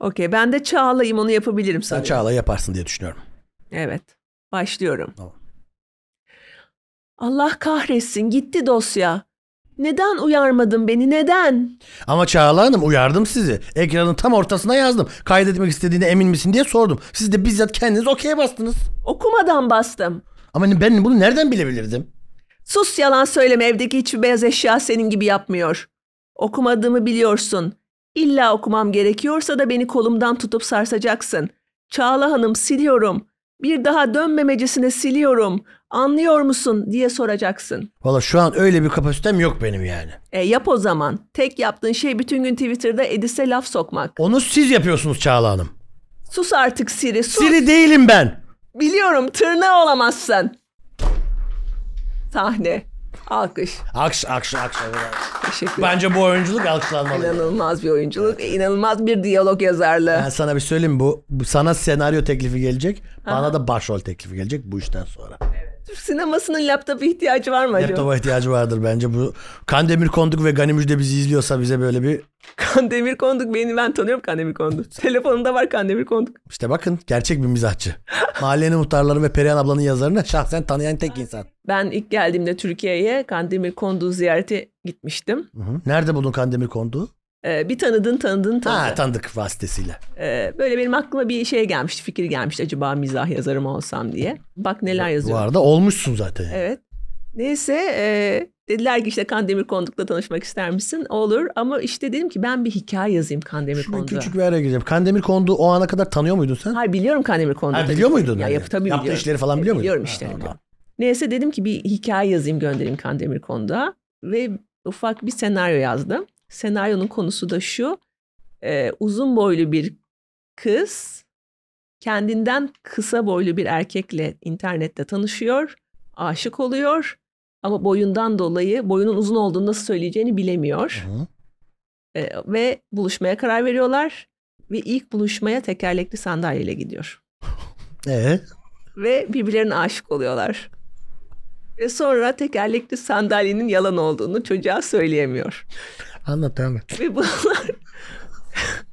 [SPEAKER 3] Okey ben de Çağla'yım onu yapabilirim
[SPEAKER 1] Sen
[SPEAKER 3] sanırım.
[SPEAKER 1] Çağla yaparsın diye düşünüyorum.
[SPEAKER 3] Evet. Başlıyorum.
[SPEAKER 1] Tamam.
[SPEAKER 3] Allah kahretsin gitti dosya. Neden uyarmadın beni neden?
[SPEAKER 1] Ama Çağla Hanım uyardım sizi. Ekranın tam ortasına yazdım. Kaydetmek istediğine emin misin diye sordum. Siz de bizzat kendiniz okey bastınız.
[SPEAKER 3] Okumadan bastım.
[SPEAKER 1] Ama ben bunu nereden bilebilirdim?
[SPEAKER 3] Sus yalan söyleme evdeki hiçbir beyaz eşya senin gibi yapmıyor. Okumadığımı biliyorsun. İlla okumam gerekiyorsa da beni kolumdan tutup sarsacaksın. Çağla Hanım siliyorum. Bir daha dönmemecesine siliyorum. Anlıyor musun diye soracaksın.
[SPEAKER 1] Valla şu an öyle bir kapasitem yok benim yani.
[SPEAKER 3] E, yap o zaman. Tek yaptığın şey bütün gün Twitter'da Edis'e laf sokmak.
[SPEAKER 1] Onu siz yapıyorsunuz Çağla Hanım.
[SPEAKER 3] Sus artık Siri, sus.
[SPEAKER 1] Siri değilim ben.
[SPEAKER 3] Biliyorum tırnağı olamazsın. Sahne. Alkış.
[SPEAKER 1] Akş akş akş.
[SPEAKER 3] Teşekkür ederim.
[SPEAKER 1] Bence bu oyunculuk alkışlanmalı.
[SPEAKER 3] İnanılmaz bir oyunculuk, inanılmaz bir diyalog yazarlığı.
[SPEAKER 1] Ben sana bir söyleyeyim mi? bu, bu sana senaryo teklifi gelecek. Bana da başrol teklifi gelecek bu işten sonra.
[SPEAKER 3] Türk sinemasının laptopa ihtiyacı var mı acaba?
[SPEAKER 1] Laptopa ihtiyacı vardır bence bu. Kandemir Konduk ve Gani Müjde bizi izliyorsa bize böyle bir
[SPEAKER 3] Kandemir Konduk beni ben tanıyorum Kandemir Konduk. Telefonunda var Kandemir Konduk.
[SPEAKER 1] işte bakın gerçek bir mizahçı. Mahallenin muhtarları ve Perihan ablanın yazarını şahsen tanıyan tek insan.
[SPEAKER 3] Ben ilk geldiğimde Türkiye'ye Kandemir Konduk ziyarete gitmiştim.
[SPEAKER 1] Hı hı. Nerede buldun Kandemir Konduk'u?
[SPEAKER 3] Ee, bir tanıdın tanıdın tanıdın.
[SPEAKER 1] Ha tanıdık vasıtasıyla.
[SPEAKER 3] Ee, böyle benim aklıma bir şey gelmişti, fikir gelmişti. Acaba mizah yazarı mı olsam diye. Bak neler
[SPEAKER 1] Bu
[SPEAKER 3] yazıyor.
[SPEAKER 1] arada olmuşsun zaten. yani.
[SPEAKER 3] Evet. Neyse e, dediler ki işte Kandemir Konduk'la tanışmak ister misin? Olur ama işte dedim ki ben bir hikaye yazayım Kandemir
[SPEAKER 1] Şunu
[SPEAKER 3] Konduk'a.
[SPEAKER 1] küçük bir araya gireceğim. Kandemir Konduk'u o ana kadar tanıyor muydun sen?
[SPEAKER 3] Hayır biliyorum Kandemir Konduk'u.
[SPEAKER 1] Ha, biliyor muydun?
[SPEAKER 3] Ya,
[SPEAKER 1] yani?
[SPEAKER 3] yap- tabii
[SPEAKER 1] Yaptığı
[SPEAKER 3] biliyorum.
[SPEAKER 1] işleri falan biliyor muydun?
[SPEAKER 3] Biliyorum
[SPEAKER 1] Ha,
[SPEAKER 3] işlerini.
[SPEAKER 1] tamam.
[SPEAKER 3] Neyse dedim ki bir hikaye yazayım göndereyim Kandemir Konduk'a. Ve ufak bir senaryo yazdım. Senaryonun konusu da şu. e, uzun boylu bir kız kendinden kısa boylu bir erkekle internette tanışıyor. Aşık oluyor. Ama boyundan dolayı boyunun uzun olduğunu nasıl söyleyeceğini bilemiyor.
[SPEAKER 1] Hı.
[SPEAKER 3] E, ve buluşmaya karar veriyorlar. Ve ilk buluşmaya tekerlekli sandalyeyle gidiyor
[SPEAKER 1] Ee?
[SPEAKER 3] ve birbirlerine aşık oluyorlar. Ve sonra tekerlekli sandalyenin yalan olduğunu çocuğa söyleyemiyor.
[SPEAKER 1] Anlat devam et.
[SPEAKER 3] Ve bunlar...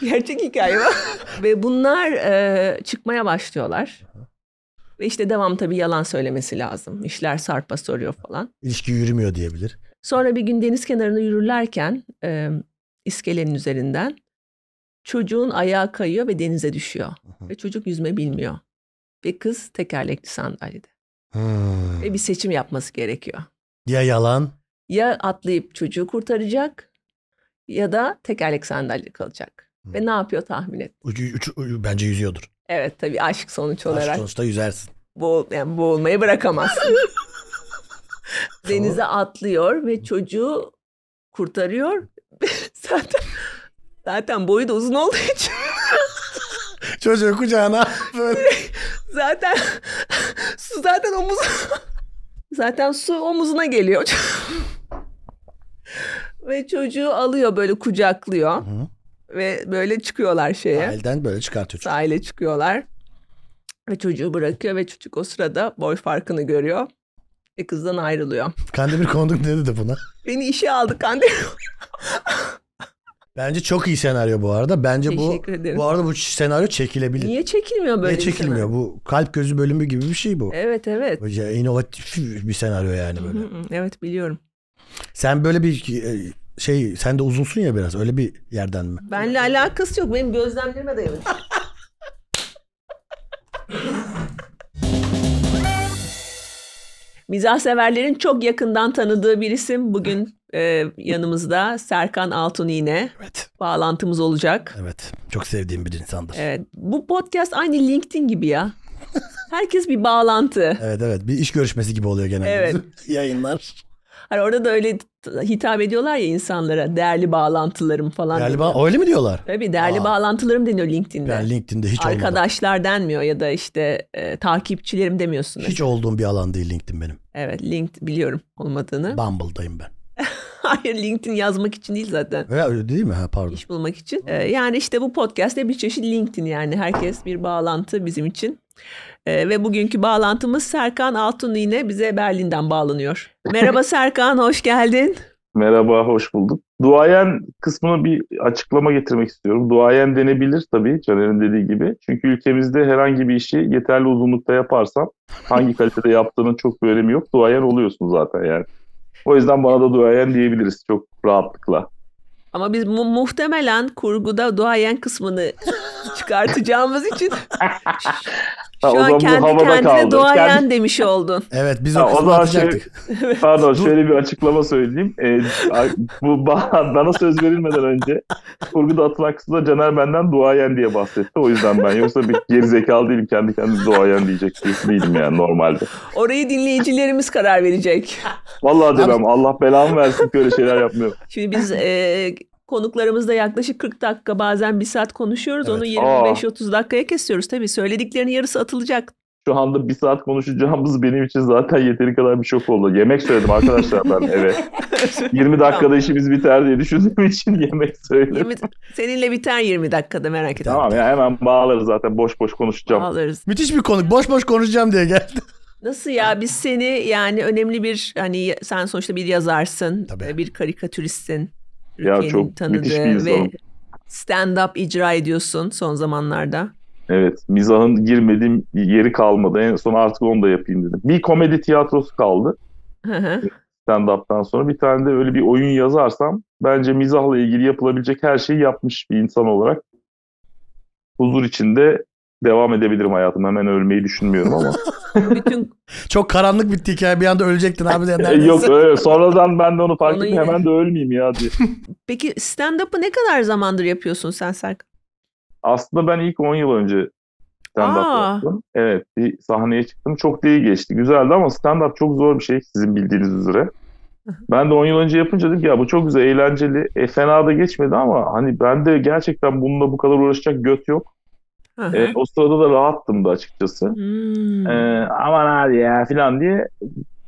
[SPEAKER 3] Gerçek hikaye var. Ve bunlar e, çıkmaya başlıyorlar. Ve işte devam tabii yalan söylemesi lazım. İşler sarpa soruyor falan.
[SPEAKER 1] İlişki yürümüyor diyebilir.
[SPEAKER 3] Sonra bir gün deniz kenarında yürürlerken e, iskelenin üzerinden çocuğun ayağı kayıyor ve denize düşüyor.
[SPEAKER 1] hı.
[SPEAKER 3] Ve çocuk yüzme bilmiyor. Ve kız tekerlekli sandalyede.
[SPEAKER 1] Hmm.
[SPEAKER 3] Ve E, bir seçim yapması gerekiyor.
[SPEAKER 1] Ya yalan
[SPEAKER 3] Ya atlayıp çocuğu kurtaracak ya da tekerlek sandalye kalacak.
[SPEAKER 1] Hı.
[SPEAKER 3] Ve E, ne yapıyor tahmin et.
[SPEAKER 1] Ucu- ucu- ucu- bence yüzüyordur.
[SPEAKER 3] Evet tabii aşk sonuç
[SPEAKER 1] Aşk
[SPEAKER 3] olarak
[SPEAKER 1] sonuçta yüzersin.
[SPEAKER 3] boğul, yani boğulmayı bırakamaz. Denize atlıyor ve çocuğu kurtarıyor. zaten zaten boyu da uzun olduğu için
[SPEAKER 1] Çocuğu kucağına böyle.
[SPEAKER 3] zaten su zaten omuz zaten su omuzuna geliyor. ve çocuğu alıyor böyle kucaklıyor
[SPEAKER 1] Hı.
[SPEAKER 3] ve böyle çıkıyorlar şeye.
[SPEAKER 1] Elden böyle çıkartıyor çocuğu.
[SPEAKER 3] sahile çıkıyorlar. Ve çocuğu bırakıyor ve çocuk o sırada boy farkını görüyor. Ve kızdan ayrılıyor.
[SPEAKER 1] Kandemir konduk dedi de buna.
[SPEAKER 3] Beni işe aldı Kandil.
[SPEAKER 1] Bence çok iyi senaryo bu arada. Bence bu
[SPEAKER 3] Teşekkür ederim.
[SPEAKER 1] bu arada bu senaryo çekilebilir.
[SPEAKER 3] Niye çekilmiyor böyle
[SPEAKER 1] Niye çekilmiyor? Bu kalp gözü bölümü gibi bir şey bu.
[SPEAKER 3] insanlar? Evet evet.
[SPEAKER 1] Ya, inovatif bir senaryo yani böyle.
[SPEAKER 3] Hı hı, evet biliyorum.
[SPEAKER 1] Sen böyle bir e, şey sen de uzunsun ya biraz öyle bir yerden mi?
[SPEAKER 3] Benle alakası yok. Benim gözlemlerime dayanıyor. Mizah severlerin çok yakından tanıdığı bir isim. Bugün e, yanımızda Serkan Altun yine
[SPEAKER 1] Evet.
[SPEAKER 3] bağlantımız olacak.
[SPEAKER 1] Evet. Çok sevdiğim bir insandır. Evet.
[SPEAKER 3] Evet. Bu podcast aynı LinkedIn gibi ya. Herkes bir bağlantı.
[SPEAKER 1] Evet bir iş görüşmesi gibi oluyor genelde.
[SPEAKER 3] Evet.
[SPEAKER 1] bizim Yayınlar.
[SPEAKER 3] Hani orada da öyle t- hitap ediyorlar ya insanlara. Değerli bağlantılarım falan. deniyor.
[SPEAKER 1] Galiba öyle mi diyorlar?
[SPEAKER 3] Tabii değerli
[SPEAKER 1] Aa.
[SPEAKER 3] bağlantılarım deniyor LinkedIn'de.
[SPEAKER 1] Ben LinkedIn'de hiç olmadım.
[SPEAKER 3] Arkadaşlar denmiyor ya da işte e, takipçilerim demiyorsun.
[SPEAKER 1] Hiç olduğum bir alan değil LinkedIn benim.
[SPEAKER 3] Evet LinkedIn biliyorum olmadığını.
[SPEAKER 1] Bumble'dayım ben.
[SPEAKER 3] Hayır LinkedIn yazmak için değil zaten.
[SPEAKER 1] Öyle, öyle değil mi? Ha, pardon.
[SPEAKER 3] İş bulmak için. E, yani işte bu podcast de bir çeşit LinkedIn yani. Herkes bir bağlantı bizim için. E, ve bugünkü bağlantımız Serkan Altun yine bize Berlin'den bağlanıyor. Merhaba Serkan hoş geldin.
[SPEAKER 5] Merhaba, hoş bulduk. Duayen kısmına bir açıklama getirmek istiyorum. Duayen denebilir tabii Caner'in dediği gibi. Çünkü ülkemizde herhangi bir işi yeterli uzunlukta yaparsan hangi kalitede yaptığının çok bir önemi yok. Duayen oluyorsun zaten yani. O yüzden bana da duayen diyebiliriz çok rahatlıkla.
[SPEAKER 3] Ama biz mu- muhtemelen kurguda duayen kısmını çıkartacağımız için şu
[SPEAKER 5] Ha, o
[SPEAKER 3] an
[SPEAKER 5] zaman bu
[SPEAKER 3] kendi
[SPEAKER 5] havada
[SPEAKER 3] kendine
[SPEAKER 5] kaldı.
[SPEAKER 3] duayen
[SPEAKER 5] Kendi-
[SPEAKER 3] demiş oldun.
[SPEAKER 1] Evet biz o
[SPEAKER 5] Ha, o
[SPEAKER 1] kısmı
[SPEAKER 5] zaman
[SPEAKER 1] atacaktık.
[SPEAKER 5] Pardon, şöyle bir açıklama söyleyeyim. Ee, ay- bu ba- bana söz verilmeden önce kurguda atılan kısımda Caner benden duayen diye bahsetti. O yüzden ben yoksa bir gerizekalı değilim. Kendi kendime duayen diyecek birisi değilim yani normalde.
[SPEAKER 3] Orayı dinleyicilerimiz karar verecek.
[SPEAKER 5] Vallahi demem Allah belamı versin ki öyle şeyler yapmıyorum.
[SPEAKER 3] Şimdi biz e, konuklarımızla yaklaşık 40 dakika bazen bir saat konuşuyoruz.
[SPEAKER 1] Evet.
[SPEAKER 3] Onu
[SPEAKER 5] Aa.
[SPEAKER 3] 25-30 dakikaya kesiyoruz. Tabii söylediklerinin yarısı atılacak.
[SPEAKER 5] Şu anda bir saat konuşacağımız benim için zaten yeteri kadar bir şok oldu. Yemek söyledim arkadaşlar ben eve. 20 dakikada işimiz biter diye düşündüğüm için yemek söyledim.
[SPEAKER 3] Yirmi- seninle biter 20 dakikada merak etme.
[SPEAKER 5] Tamam ya hemen bağlarız zaten boş boş konuşacağım.
[SPEAKER 3] Ağlarız.
[SPEAKER 1] Müthiş bir konuk. Boş boş konuşacağım diye geldi.
[SPEAKER 3] Nasıl ya biz seni yani önemli bir hani sen sonuçta bir yazarsın, e,
[SPEAKER 1] Tabii.
[SPEAKER 3] bir karikatüristsin.
[SPEAKER 5] Ya
[SPEAKER 3] Türkiye'nin
[SPEAKER 5] çok müthiş bir insanım.
[SPEAKER 3] stand-up icra ediyorsun son zamanlarda.
[SPEAKER 5] Evet, mizahın girmediğim yeri kalmadı. En son artık onu da yapayım dedim. Bir komedi tiyatrosu kaldı
[SPEAKER 3] Hı hı.
[SPEAKER 5] stand-up'tan sonra. Bir tane de öyle bir oyun yazarsam bence mizahla ilgili yapılabilecek her şeyi yapmış bir insan olarak huzur içinde devam edebilirim hayatım. Hemen ölmeyi düşünmüyorum ama.
[SPEAKER 3] Bütün
[SPEAKER 1] Çok karanlık bitti hikaye. Bir anda ölecektin abi de
[SPEAKER 5] E,
[SPEAKER 1] neredeyse.
[SPEAKER 5] Yok öyle. Sonradan ben de onu fark
[SPEAKER 3] Onu
[SPEAKER 5] ettim.
[SPEAKER 3] yine-
[SPEAKER 5] Hemen de ölmeyeyim ya diye.
[SPEAKER 3] Peki stand-up'ı ne kadar zamandır yapıyorsun sen Serkan?
[SPEAKER 5] Aslında ben ilk 10 yıl önce stand-up
[SPEAKER 3] Aa.
[SPEAKER 5] yaptım. Evet, bir sahneye çıktım. Çok da iyi geçti. Güzeldi ama stand-up çok zor bir şey sizin bildiğiniz üzere. Ben de 10 yıl önce yapınca dedim ki ya bu çok güzel, eğlenceli. E fena da geçmedi ama hani ben de gerçekten bununla bu kadar uğraşacak göt yok.
[SPEAKER 3] Hı hı.
[SPEAKER 5] E, o sırada da rahattım da açıkçası.
[SPEAKER 3] Hmm.
[SPEAKER 5] E,
[SPEAKER 1] Ee,
[SPEAKER 5] aman hadi ya falan diye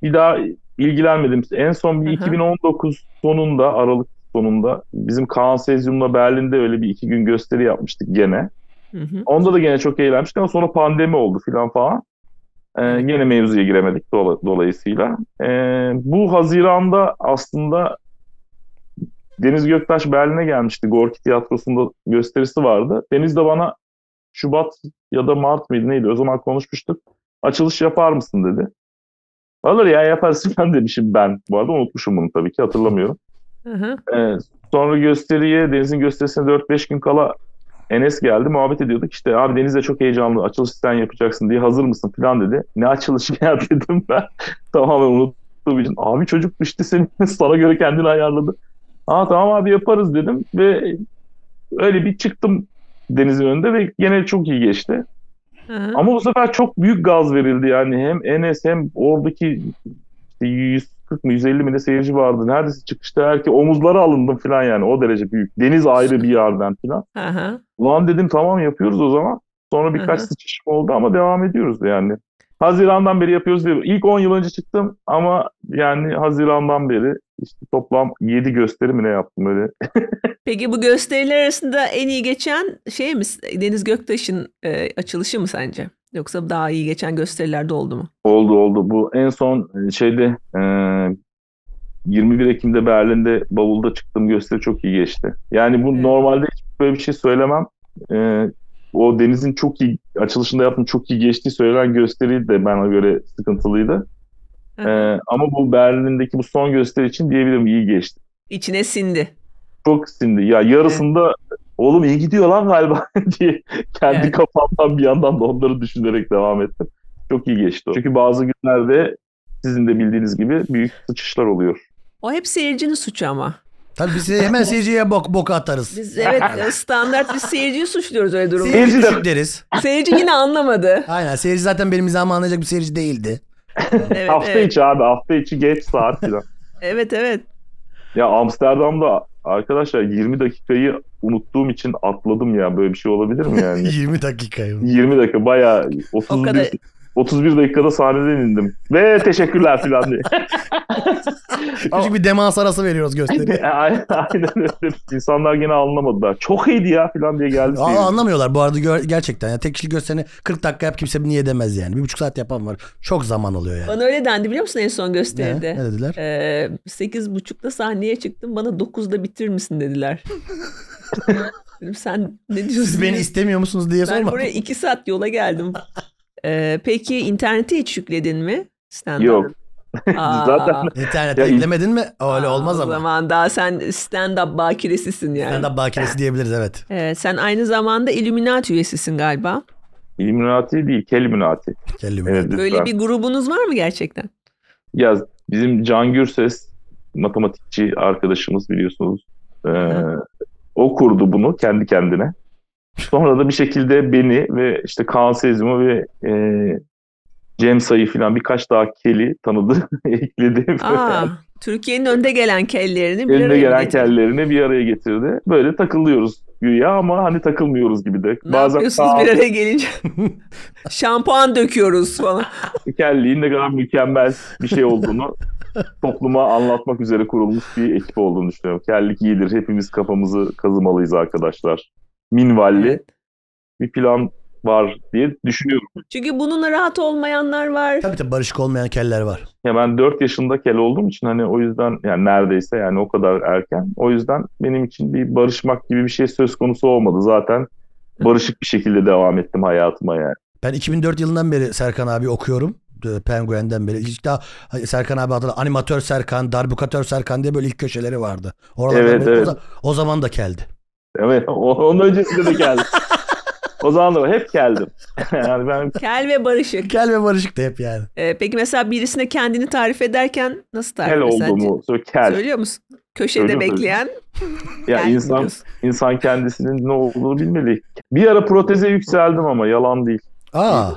[SPEAKER 5] bir daha ilgilenmedim. En son bir
[SPEAKER 3] Hı hı.
[SPEAKER 5] 2019 sonunda, Aralık sonunda bizim Kaan Sezyum'la Berlin'de öyle bir iki gün gösteri yapmıştık gene.
[SPEAKER 3] Hı hı.
[SPEAKER 5] Onda da gene çok eğlenmiştik ama sonra pandemi oldu filan falan. Ee, gene mevzuya giremedik dola- dolayısıyla. Ee, bu Haziran'da aslında Deniz Göktaş Berlin'e gelmişti. Gorki Tiyatrosu'nda gösterisi vardı. Deniz de bana Şubat ya da Mart mıydı neydi o zaman konuşmuştuk. Açılış yapar mısın dedi. Alır ya yaparsın falan demişim ben. Bu arada unutmuşum bunu tabii ki hatırlamıyorum.
[SPEAKER 3] Hı hı.
[SPEAKER 5] Ee, sonra gösteriye, Deniz'in gösterisine 4-5 gün kala Enes geldi muhabbet ediyorduk. İşte abi Deniz de çok heyecanlı açılışı sen yapacaksın diye hazır mısın falan dedi. Ne açılışı ya dedim ben. Tamamen unuttuğum için. Abi çocuk işte senin sana göre kendini ayarladı. Aa tamam abi yaparız dedim ve öyle bir çıktım Deniz'in önünde ve gene çok iyi geçti.
[SPEAKER 3] Hı hı.
[SPEAKER 5] Ama bu sefer çok büyük gaz verildi yani hem Enes hem oradaki işte 100 140 mı 150 mi de seyirci vardı. Neredeyse çıkışta herkes omuzları alındım falan yani o derece büyük. Deniz ayrı bir yerden falan.
[SPEAKER 3] Hı hı.
[SPEAKER 5] Lan dedim tamam yapıyoruz o zaman. Sonra birkaç
[SPEAKER 3] Hı hı.
[SPEAKER 5] sıçışma oldu ama devam ediyoruz yani. Haziran'dan beri yapıyoruz diye. İlk 10 yıl önce çıktım ama yani Haziran'dan beri işte toplam 7 gösteri mi ne yaptım öyle.
[SPEAKER 3] Peki bu gösteriler arasında en iyi geçen şey mi? Deniz Göktaş'ın e, açılışı mı sence? Yoksa daha iyi geçen gösterilerde oldu mu?
[SPEAKER 5] Oldu oldu. Bu en son şeyde e, 21 Ekim'de Berlin'de bavulda çıktığım gösteri çok iyi geçti. Yani bu
[SPEAKER 3] Evet.
[SPEAKER 5] normalde hiç böyle bir şey söylemem. E, o Deniz'in çok iyi açılışında yaptığım çok iyi geçtiği söylenen gösteri de bana göre sıkıntılıydı.
[SPEAKER 3] Hı.
[SPEAKER 5] E, ama bu Berlin'deki bu son gösteri için diyebilirim iyi geçti.
[SPEAKER 3] İçine sindi.
[SPEAKER 5] Çok sindi. Ya yarısında oğlum iyi gidiyor lan galiba diye kendi
[SPEAKER 3] Evet.
[SPEAKER 5] kafamdan bir yandan da onları düşünerek devam ettim. Çok iyi geçti o. Çünkü bazı günlerde sizin de bildiğiniz gibi büyük sıçışlar oluyor.
[SPEAKER 3] O hep seyircinin suçu ama.
[SPEAKER 1] Tabii biz hemen seyirciye bok, boka atarız.
[SPEAKER 3] Biz evet e, standart biz seyirciyi suçluyoruz öyle durumda.
[SPEAKER 1] Seyirci
[SPEAKER 5] Seyirci de-
[SPEAKER 1] düşük deriz.
[SPEAKER 3] Seyirci yine anlamadı.
[SPEAKER 1] Aynen seyirci zaten benim izahımı anlayacak bir seyirci değildi.
[SPEAKER 3] Evet
[SPEAKER 5] hafta
[SPEAKER 3] evet.
[SPEAKER 5] içi abi hafta içi geç saat falan.
[SPEAKER 3] evet evet.
[SPEAKER 5] ya Amsterdam'da arkadaşlar 20 dakikayı unuttuğum için atladım ya böyle bir şey olabilir mi yani?
[SPEAKER 1] 20 dakikayı.
[SPEAKER 5] 20 dakika bayağı 31
[SPEAKER 3] O kadar
[SPEAKER 5] 31 dakikada sahneden indim. Ve teşekkürler filan diye.
[SPEAKER 1] Küçük bir demans arası veriyoruz gösteriye.
[SPEAKER 5] Aynen aynen öyle. İnsanlar gene anlamadılar. Çok iyiydi ya filan diye geldi.
[SPEAKER 1] Aa, anlamıyorlar bu arada gör- gerçekten. Yani tek kişilik gösterini 40 dakika yap kimse niye demez yani. Bir buçuk saat yapan var. Çok zaman alıyor yani.
[SPEAKER 3] bana öyle dendi biliyor musun en son
[SPEAKER 1] Ne,
[SPEAKER 3] gösteride?
[SPEAKER 1] ne dediler?
[SPEAKER 3] Ee, 8.30'da sahneye çıktım. Bana 9'da bitirir misin dediler. Dedim sen ne diyorsun?
[SPEAKER 1] Siz beni
[SPEAKER 3] ya?
[SPEAKER 1] istemiyor musunuz diye
[SPEAKER 3] Ben
[SPEAKER 1] sorma.
[SPEAKER 3] buraya 2 saat yola geldim. Ee, peki internete hiç yükledin mi? Stand-up?
[SPEAKER 5] Yok.
[SPEAKER 3] Aa,
[SPEAKER 5] Zaten-
[SPEAKER 1] İnternete
[SPEAKER 5] Ya-
[SPEAKER 1] eklemedin mi? Öyle
[SPEAKER 3] aa,
[SPEAKER 1] olmaz
[SPEAKER 3] o
[SPEAKER 1] ama.
[SPEAKER 3] zaman daha sen stand-up bakiresisin yani.
[SPEAKER 1] Stand up bakiresi diyebiliriz evet.
[SPEAKER 3] Ee, sen aynı zamanda Illuminati üyesisin galiba.
[SPEAKER 5] İlluminati değil, Kelluminati.
[SPEAKER 1] Kellim.
[SPEAKER 5] Evet, lütfen.
[SPEAKER 3] Böyle bir grubunuz var mı gerçekten?
[SPEAKER 5] Ya bizim Can Gürses, matematikçi arkadaşımız biliyorsunuz. Ee,
[SPEAKER 3] Hı.
[SPEAKER 5] o kurdu bunu kendi kendine. Sonra da bir şekilde beni ve işte Kaan Sezmo ve e, Cem Sayı filan birkaç daha keli tanıdı, ekledi.
[SPEAKER 3] Aa, Türkiye'nin önde gelen kellerini bir
[SPEAKER 5] Önde
[SPEAKER 3] araya
[SPEAKER 5] gelen
[SPEAKER 3] getirdi.
[SPEAKER 5] kellerini bir araya getirdi. Böyle takılıyoruz güya ama hani takılmıyoruz gibi de.
[SPEAKER 3] Ne yapıyorsunuz
[SPEAKER 5] Kaan-
[SPEAKER 3] bir araya gelince? Şampuan döküyoruz falan.
[SPEAKER 5] kelliğin ne kadar mükemmel bir şey olduğunu topluma anlatmak üzere kurulmuş bir ekip olduğunu düşünüyorum. Kellik iyidir. Hepimiz kafamızı kazımalıyız arkadaşlar. Minvalli bir plan var diye düşünüyorum.
[SPEAKER 3] Çünkü bununla rahat olmayanlar var.
[SPEAKER 1] Tabii tabii barışık olmayan keller var.
[SPEAKER 5] Ya ben 4 yaşında kel olduğum için hani o yüzden yani neredeyse yani o kadar erken. O yüzden benim için bir barışmak gibi bir şey söz konusu olmadı. Zaten barışık bir şekilde devam ettim hayatıma yani.
[SPEAKER 1] Ben 2004 yılından beri Serkan abi okuyorum. Ee, Penguen'den beri. İlk daha Serkan abi adına animatör Serkan, darbukatör Serkan diye böyle ilk köşeleri vardı. Oralardan
[SPEAKER 5] Evet,
[SPEAKER 1] beri-
[SPEAKER 5] evet.
[SPEAKER 1] O, za- o zaman da keldi.
[SPEAKER 5] Evet, o- onun öncesinde de geldim. O zaman da hep geldim. yani ben
[SPEAKER 3] Kel ve barışık.
[SPEAKER 1] Kel ve barışık da hep yani.
[SPEAKER 3] Ee, peki mesela birisine kendini tarif ederken nasıl tarif
[SPEAKER 5] kel
[SPEAKER 3] eder sence?
[SPEAKER 5] olduğumu söyle kel.
[SPEAKER 3] Söylüyor musun? Köşede
[SPEAKER 5] Söylüyorum,
[SPEAKER 3] bekleyen
[SPEAKER 5] ya
[SPEAKER 3] kel
[SPEAKER 5] insan
[SPEAKER 3] diyorsun.
[SPEAKER 5] insan kendisinin ne olduğunu bilmeli. Bir ara proteze yükseldim ama yalan değil.
[SPEAKER 1] Aa.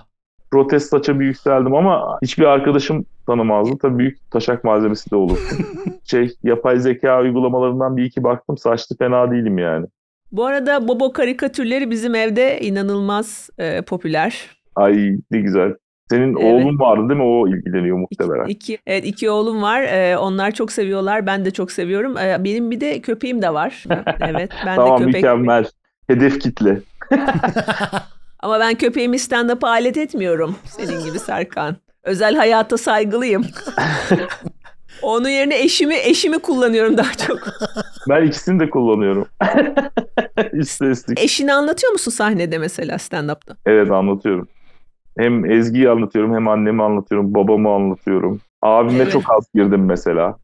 [SPEAKER 5] Protez saça bir yükseldim ama hiçbir arkadaşım tanımazdı. Tabii büyük taşak malzemesi de olur. şey yapay zeka uygulamalarından bir iki baktım saçlı fena değilim yani.
[SPEAKER 3] Bu arada Bobo karikatürleri bizim evde inanılmaz e, popüler.
[SPEAKER 5] Ay ne güzel. Senin
[SPEAKER 3] Evet.
[SPEAKER 5] oğlun vardı değil mi? O ilgileniyor
[SPEAKER 3] İki,
[SPEAKER 5] muhtemelen.
[SPEAKER 3] iki, evet, iki oğlum var. Ee, onlar çok seviyorlar. Ben de çok seviyorum. Ee, benim bir de köpeğim de var. Evet, ben
[SPEAKER 5] tamam
[SPEAKER 3] de köpek.
[SPEAKER 5] mükemmel. Hedef kitle.
[SPEAKER 3] Ama ben köpeğimi stand-up'a alet etmiyorum. Senin gibi Serkan. Özel hayata saygılıyım. Onun yerine eşimi eşimi kullanıyorum daha çok.
[SPEAKER 5] Ben ikisini de kullanıyorum. Üst üstlük.
[SPEAKER 3] Eşini anlatıyor musun sahnede mesela stand-up'ta?
[SPEAKER 5] Evet anlatıyorum. Hem Ezgi'yi anlatıyorum hem annemi anlatıyorum, babamı anlatıyorum. Abime
[SPEAKER 3] Evet.
[SPEAKER 5] çok az girdim mesela.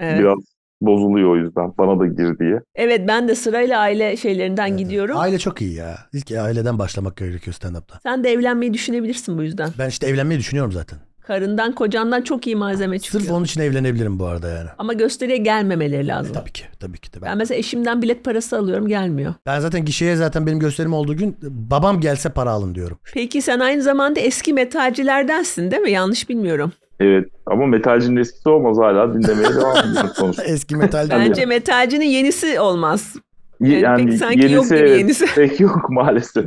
[SPEAKER 3] Evet.
[SPEAKER 5] Biraz bozuluyor o yüzden bana da gir diye.
[SPEAKER 3] Evet ben de sırayla aile şeylerinden
[SPEAKER 1] Evet,
[SPEAKER 3] gidiyorum.
[SPEAKER 1] Aile çok iyi ya. İlk aileden başlamak gerekiyor stand-up'ta.
[SPEAKER 3] Sen de evlenmeyi düşünebilirsin bu yüzden.
[SPEAKER 1] Ben işte evlenmeyi düşünüyorum zaten.
[SPEAKER 3] Karından kocandan çok iyi malzeme çıkıyor.
[SPEAKER 1] Sırf onun için evlenebilirim bu arada yani.
[SPEAKER 3] Ama gösteriye gelmemeleri lazım.
[SPEAKER 1] Tabii ki. Tabii ki de.
[SPEAKER 3] Ben
[SPEAKER 1] Ben,
[SPEAKER 3] mesela eşimden bilet parası alıyorum gelmiyor.
[SPEAKER 1] ben zaten gişeye zaten benim gösterim olduğu gün babam gelse para alın diyorum.
[SPEAKER 3] Peki sen aynı zamanda eski metalcilerdensin değil mi? Yanlış bilmiyorum.
[SPEAKER 5] Evet ama metalcinin eskisi olmaz hala dinlemeye devam ediyoruz sonuçta.
[SPEAKER 1] Eski metalci.
[SPEAKER 5] Tabii.
[SPEAKER 3] Bence metalcinin yenisi olmaz.
[SPEAKER 5] Yani,
[SPEAKER 3] Yani, pek sanki yok gibi
[SPEAKER 5] evet,
[SPEAKER 3] yenisi.
[SPEAKER 5] pek yok maalesef.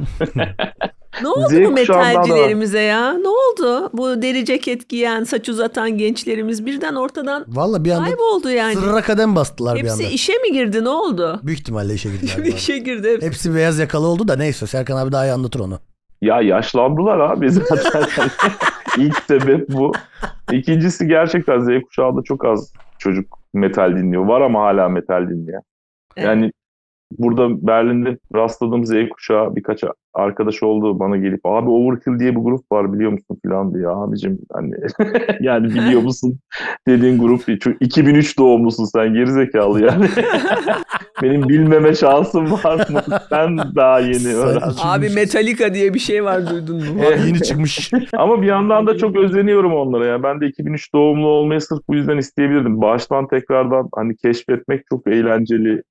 [SPEAKER 3] Ne oldu
[SPEAKER 5] Z
[SPEAKER 3] bu
[SPEAKER 5] kuşağından da var.
[SPEAKER 3] metalcilerimize ya? Ne oldu? Bu deri ceket giyen, saç uzatan gençlerimiz birden ortadan
[SPEAKER 1] Valla bir anda
[SPEAKER 3] kayboldu yani.
[SPEAKER 1] sırra kadem bastılar bir
[SPEAKER 3] Hepsi
[SPEAKER 1] anda.
[SPEAKER 3] işe mi girdi? Ne oldu?
[SPEAKER 1] Büyük ihtimalle işe girdiler. bu arada.
[SPEAKER 3] işe girdi. hepsi.
[SPEAKER 1] Hepsi beyaz yakalı oldu da neyse Serkan abi daha iyi anlatır onu.
[SPEAKER 5] Ya yaşlandılar abi zaten. İlk sebep bu. İkincisi gerçekten Z kuşağında çok az çocuk metal dinliyor. Var ama hala metal dinliyor. Yani burada Berlin'de rastladığım Z kuşağı birkaç arkadaş oldu bana gelip abi Overkill diye bir grup var biliyor musun falan diye abicim hani yani biliyor musun dediğin grup değil. Çünkü 2003 doğumlusun sen gerizekalı yani. Benim bilmeme şansım var mı? Ben daha yeni
[SPEAKER 1] Sen
[SPEAKER 5] öğrendim.
[SPEAKER 1] açılmış.
[SPEAKER 3] Abi Metallica diye bir şey var duydun mu?
[SPEAKER 1] Abi yeni çıkmış.
[SPEAKER 5] Ama bir yandan da çok özleniyorum onlara ya. Ben de 2003 doğumlu olmayı sırf bu yüzden isteyebilirdim. Baştan tekrardan hani keşfetmek çok eğlenceli.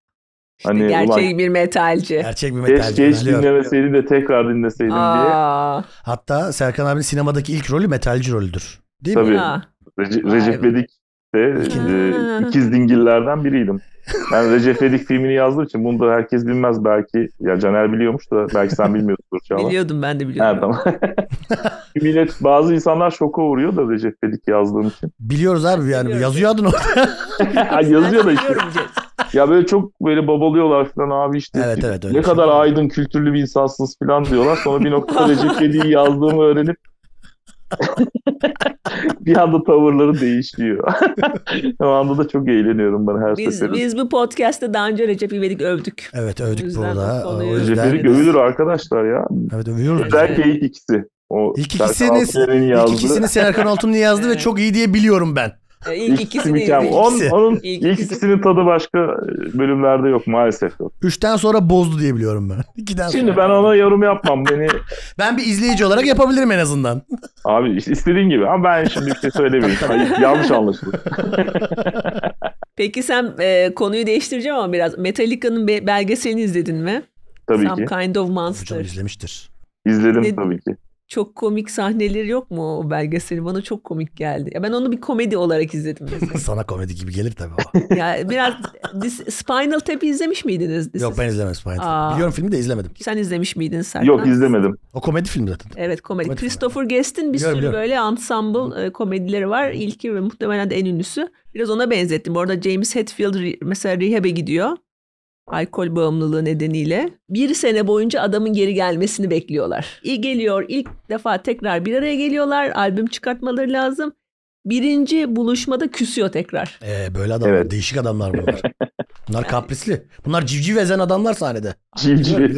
[SPEAKER 5] Hani
[SPEAKER 3] İşte gerçek
[SPEAKER 5] ulan
[SPEAKER 3] bir metalci.
[SPEAKER 1] Gerçek bir metalci.
[SPEAKER 5] keşke hiç
[SPEAKER 1] biliyorum.
[SPEAKER 5] dinlemeseydim de tekrar dinleseydim diye.
[SPEAKER 3] Aa,
[SPEAKER 1] Hatta Serkan abinin sinemadaki ilk rolü metalci rolüdür. Değil mi?
[SPEAKER 5] Tabii.
[SPEAKER 3] ya.
[SPEAKER 5] Rece-
[SPEAKER 3] Vay
[SPEAKER 5] Recep
[SPEAKER 3] be.
[SPEAKER 5] Vedik de e,
[SPEAKER 3] Ha.
[SPEAKER 5] ikiz dingillerden biriydim. Ben Recep Vedik filmini yazdığım için bunu da herkes bilmez belki. Ya Caner biliyormuş da belki sen bilmiyorsundur Çağla.
[SPEAKER 3] Biliyordum ben de biliyordum.
[SPEAKER 5] Ha, tamam. Millet, bazı insanlar şoka uğruyor da Recep Vedik yazdığım için.
[SPEAKER 1] Biliyoruz abi yani.
[SPEAKER 3] Biliyoruz.
[SPEAKER 1] Yazıyor adını orada.
[SPEAKER 5] Ha, yazıyor da işte.
[SPEAKER 3] Biliyorum Cem.
[SPEAKER 5] Ya böyle çok böyle babalıyorlar falan abi işte.
[SPEAKER 1] Evet, evet, öyle şey.
[SPEAKER 5] ne kadar aydın kültürlü bir insansınız falan diyorlar. Sonra bir noktada Recep Yedi'yi yazdığımı öğrenip bir anda tavırları değişiyor. o anda da çok eğleniyorum ben her
[SPEAKER 3] Biz,
[SPEAKER 5] seferinde.
[SPEAKER 3] biz bu podcast'te daha önce Recep İvedik övdük.
[SPEAKER 1] Evet
[SPEAKER 3] O
[SPEAKER 1] övdük
[SPEAKER 3] yüzden
[SPEAKER 1] burada.
[SPEAKER 3] konuyu-
[SPEAKER 1] O
[SPEAKER 5] Recep
[SPEAKER 1] yüzden.
[SPEAKER 5] İvedik övülür arkadaşlar ya.
[SPEAKER 1] Evet övüyoruz.
[SPEAKER 5] Özellikle ilk ikisi. O
[SPEAKER 1] İlk
[SPEAKER 5] Serkan
[SPEAKER 1] ikisini-
[SPEAKER 5] Altun'un
[SPEAKER 1] İlk
[SPEAKER 5] yazdığı.
[SPEAKER 1] ikisini Serkan Altunlu yazdı ve
[SPEAKER 3] Evet.
[SPEAKER 1] çok iyi diye biliyorum ben.
[SPEAKER 3] E,
[SPEAKER 5] İlk
[SPEAKER 3] İlk
[SPEAKER 5] ikisi
[SPEAKER 3] ikisini
[SPEAKER 5] mükemmel.
[SPEAKER 3] izledik.
[SPEAKER 5] Onun,
[SPEAKER 1] İkisi.
[SPEAKER 5] onun
[SPEAKER 3] İlk
[SPEAKER 5] ilk,
[SPEAKER 3] ikisi.
[SPEAKER 5] ikisinin tadı başka bölümlerde yok maalesef yok.
[SPEAKER 1] Üçten sonra bozdu diye biliyorum ben. İkiden sonra.
[SPEAKER 5] Şimdi ben ona yorum yapmam. Beni
[SPEAKER 1] Ben bir izleyici olarak yapabilirim en azından.
[SPEAKER 5] Abi işte istediğin gibi ama ben şimdi bir şey söylemeyeyim. Hayır, yanlış anlaşılır.
[SPEAKER 3] Peki sen e, konuyu değiştireceğim ama biraz. Metallica'nın be- belgeselini izledin mi?
[SPEAKER 5] Tabii
[SPEAKER 3] Some
[SPEAKER 5] ki.
[SPEAKER 3] Kind of
[SPEAKER 1] Tabii canım
[SPEAKER 3] Monster.
[SPEAKER 1] izlemiştir.
[SPEAKER 5] İzledim
[SPEAKER 3] Ne-
[SPEAKER 5] tabii ki.
[SPEAKER 3] Çok komik sahneleri yok mu o belgeselin? Bana çok komik geldi. Ya ben onu bir komedi olarak izledim. mesela.
[SPEAKER 1] Sana komedi gibi gelir tabii o.
[SPEAKER 3] ya biraz This- Spinal Tap'i izlemiş miydiniz? This
[SPEAKER 1] Yok
[SPEAKER 3] is-
[SPEAKER 1] ben izlemedim Spider.
[SPEAKER 3] Aa.
[SPEAKER 1] Biliyorum filmi de izlemedim.
[SPEAKER 3] Sen izlemiş miydin Serkan?
[SPEAKER 5] Yok izlemedim.
[SPEAKER 1] O komedi filmi zaten.
[SPEAKER 3] Evet komedi.
[SPEAKER 1] Komedi
[SPEAKER 3] Christopher Guest'in bir
[SPEAKER 1] Biliyorum,
[SPEAKER 3] sürü
[SPEAKER 1] biliyorum.
[SPEAKER 3] böyle ensemble e, komedileri var. İlki ve muhtemelen de en ünlüsü. Biraz ona benzettim. Orada James Hetfield re- mesela rehab'e gidiyor. Alkol bağımlılığı nedeniyle. Bir sene boyunca adamın geri gelmesini bekliyorlar. İyi geliyor. ilk defa tekrar bir araya geliyorlar. Albüm çıkartmaları lazım. Birinci buluşmada küsüyor tekrar.
[SPEAKER 1] Ee, böyle adamlar.
[SPEAKER 5] Evet.
[SPEAKER 1] Değişik adamlar bunlar. Bunlar kaprisli. Bunlar civciv ezen adamlar sahnede.
[SPEAKER 5] Civciv.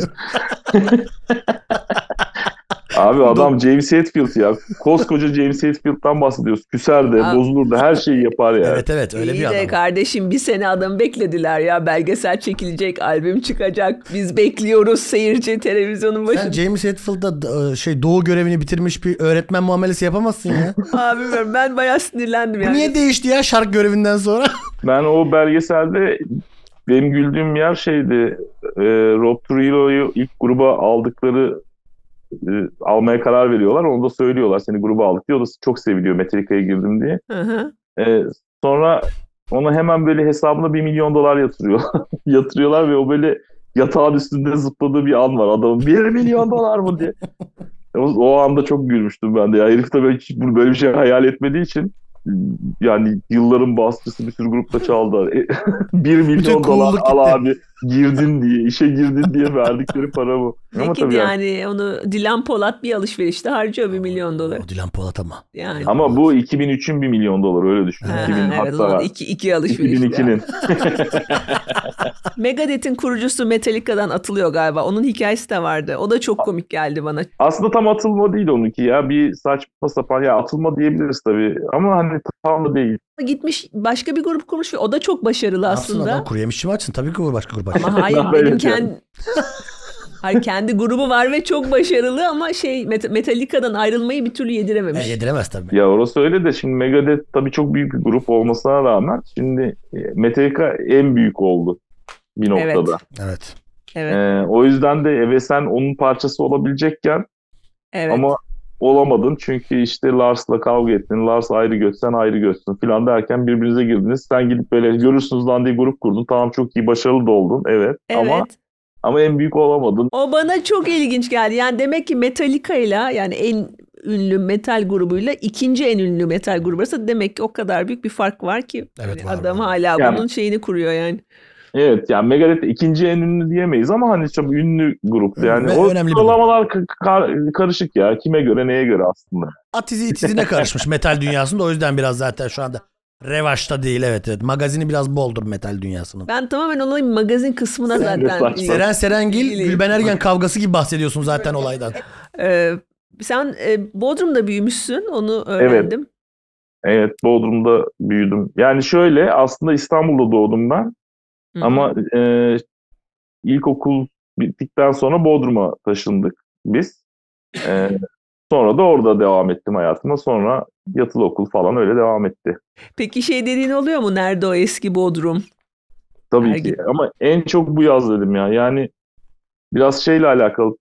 [SPEAKER 5] Abi adam James Hetfield ya. Koskoca James Hetfield'dan bahsediyoruz. Küser de,
[SPEAKER 3] Abi.
[SPEAKER 5] bozulur da her şeyi yapar yani.
[SPEAKER 1] Evet evet öyle
[SPEAKER 3] İyi
[SPEAKER 1] bir
[SPEAKER 3] de
[SPEAKER 1] adam.
[SPEAKER 3] kardeşim bir sene adam beklediler ya. Belgesel çekilecek, albüm çıkacak. Biz bekliyoruz seyirci televizyonun başında.
[SPEAKER 1] Sen James Hetfield'da da, e, şey doğu görevini bitirmiş bir öğretmen muamelesi yapamazsın ya.
[SPEAKER 3] Abi ben, ben bayağı sinirlendim
[SPEAKER 1] Bu
[SPEAKER 3] yani.
[SPEAKER 1] niye değişti ya şark görevinden sonra?
[SPEAKER 5] Ben o belgeselde benim güldüğüm yer şeydi. e, Rob Trujillo'yu ilk gruba aldıkları e, almaya karar veriyorlar. Onu da söylüyorlar. Seni gruba aldık diyor. O da çok seviliyor Metallica'ya girdim diye.
[SPEAKER 3] Hı hı.
[SPEAKER 5] Ee, sonra ona hemen böyle hesabına 1 milyon dolar yatırıyor. yatırıyorlar ve o böyle yatağın üstünde zıpladığı bir an var. Adamın 1 milyon dolar mı diye. O, o anda çok gülmüştüm ben de. Ya herif de böyle, hiç bu- böyle bir şey hayal etmediği için yani yılların basçısı bir sürü grupta çaldı. 1 milyon dolar
[SPEAKER 1] cool'luk gitti.
[SPEAKER 5] al abi girdin diye, işe girdin diye verdikleri para bu. Ama
[SPEAKER 3] Peki
[SPEAKER 5] tabii yani-
[SPEAKER 3] yani onu Dilan Polat bir alışverişte harcıyor bir milyon dolar.
[SPEAKER 1] O Dilan Polat ama.
[SPEAKER 3] Yani.
[SPEAKER 5] Ama bu 2003'ün 1 milyon doları öyle düşün.
[SPEAKER 3] Ha,
[SPEAKER 5] 2000
[SPEAKER 3] evet, o
[SPEAKER 5] hatta
[SPEAKER 3] zaman iki, iki alışveriş.
[SPEAKER 5] 2002'nin.
[SPEAKER 3] Megadeth'in kurucusu Metallica'dan atılıyor galiba. Onun hikayesi de vardı. O da çok komik geldi bana.
[SPEAKER 5] Aslında tam atılma değil onunki ya. Bir saçma sapan ya atılma diyebiliriz tabii. Ama hani tam da değil.
[SPEAKER 3] Gitmiş başka bir grup kurmuş ve o da çok başarılı
[SPEAKER 1] Ne yapsın
[SPEAKER 3] aslında.
[SPEAKER 1] adam kuru yemişçi mi açsın? Tabii ki bu başka grup açsın.
[SPEAKER 3] Ama hayır
[SPEAKER 5] Ben
[SPEAKER 3] benim
[SPEAKER 5] öyle
[SPEAKER 3] kendi... Hayır kendi grubu var ve çok başarılı ama şey Met- Metallica'dan ayrılmayı bir türlü yedirememiş.
[SPEAKER 1] E, yediremez tabii.
[SPEAKER 5] Ya orası öyle de şimdi Megadeth tabii çok büyük bir grup olmasına rağmen şimdi e, Metallica en büyük oldu bir
[SPEAKER 3] Evet.
[SPEAKER 5] noktada. E,
[SPEAKER 1] Evet.
[SPEAKER 3] Evet.
[SPEAKER 5] Ee, o yüzden de Evesen onun parçası olabilecekken
[SPEAKER 3] evet.
[SPEAKER 5] ama olamadın çünkü işte Lars'la kavga ettin. Lars ayrı göt, sen ayrı götsün filan derken birbirinize girdiniz. Sen gidip böyle görürsünüz lan diye grup kurdun. Tamam çok iyi başarılı da oldun. Evet.
[SPEAKER 3] Evet.
[SPEAKER 5] Ama ama en büyük olamadın.
[SPEAKER 3] O bana çok ilginç geldi. Yani demek ki Metallica'yla yani en ünlü metal grubuyla ikinci en ünlü metal grubu arasında demek ki o kadar büyük bir fark var ki.
[SPEAKER 1] Evet,
[SPEAKER 3] Hani
[SPEAKER 1] var,
[SPEAKER 3] adam
[SPEAKER 1] var.
[SPEAKER 3] hala
[SPEAKER 5] Yani-
[SPEAKER 3] bunun şeyini kuruyor yani.
[SPEAKER 5] Evet yani Megadeth ikinci en ünlü diyemeyiz ama hani çok ünlü grup. Yani
[SPEAKER 1] Ve
[SPEAKER 5] o
[SPEAKER 1] önemli bir
[SPEAKER 5] sıralamalar ka- ka- karışık ya. Kime göre neye göre aslında.
[SPEAKER 1] Atizi itizine karışmış metal dünyasında o yüzden biraz zaten şu anda revaçta değil evet evet. Magazini biraz boldur metal dünyasının.
[SPEAKER 3] Ben tamamen olayın magazin kısmına
[SPEAKER 5] Sen de
[SPEAKER 3] zaten.
[SPEAKER 5] saçma.
[SPEAKER 1] Seren Serengil,
[SPEAKER 3] İyiyim.
[SPEAKER 1] Gülben Ergen kavgası gibi bahsediyorsun zaten olaydan.
[SPEAKER 3] Ee, sen e, Bodrum'da büyümüşsün onu öğrendim.
[SPEAKER 5] Evet, Bodrum'da büyüdüm. Yani şöyle, aslında İstanbul'da doğdum ben.
[SPEAKER 3] Hı.
[SPEAKER 5] Ama e, ilkokul bittikten sonra Bodrum'a taşındık biz. E, sonra da orada devam ettim hayatıma. Sonra yatılı okul falan öyle devam etti.
[SPEAKER 3] Peki şey dediğin oluyor mu? Nerede o eski Bodrum?
[SPEAKER 5] Tabii
[SPEAKER 3] Ergin.
[SPEAKER 5] ki. Ama en çok bu yaz dedim ya. Yani biraz şeyle alakalı.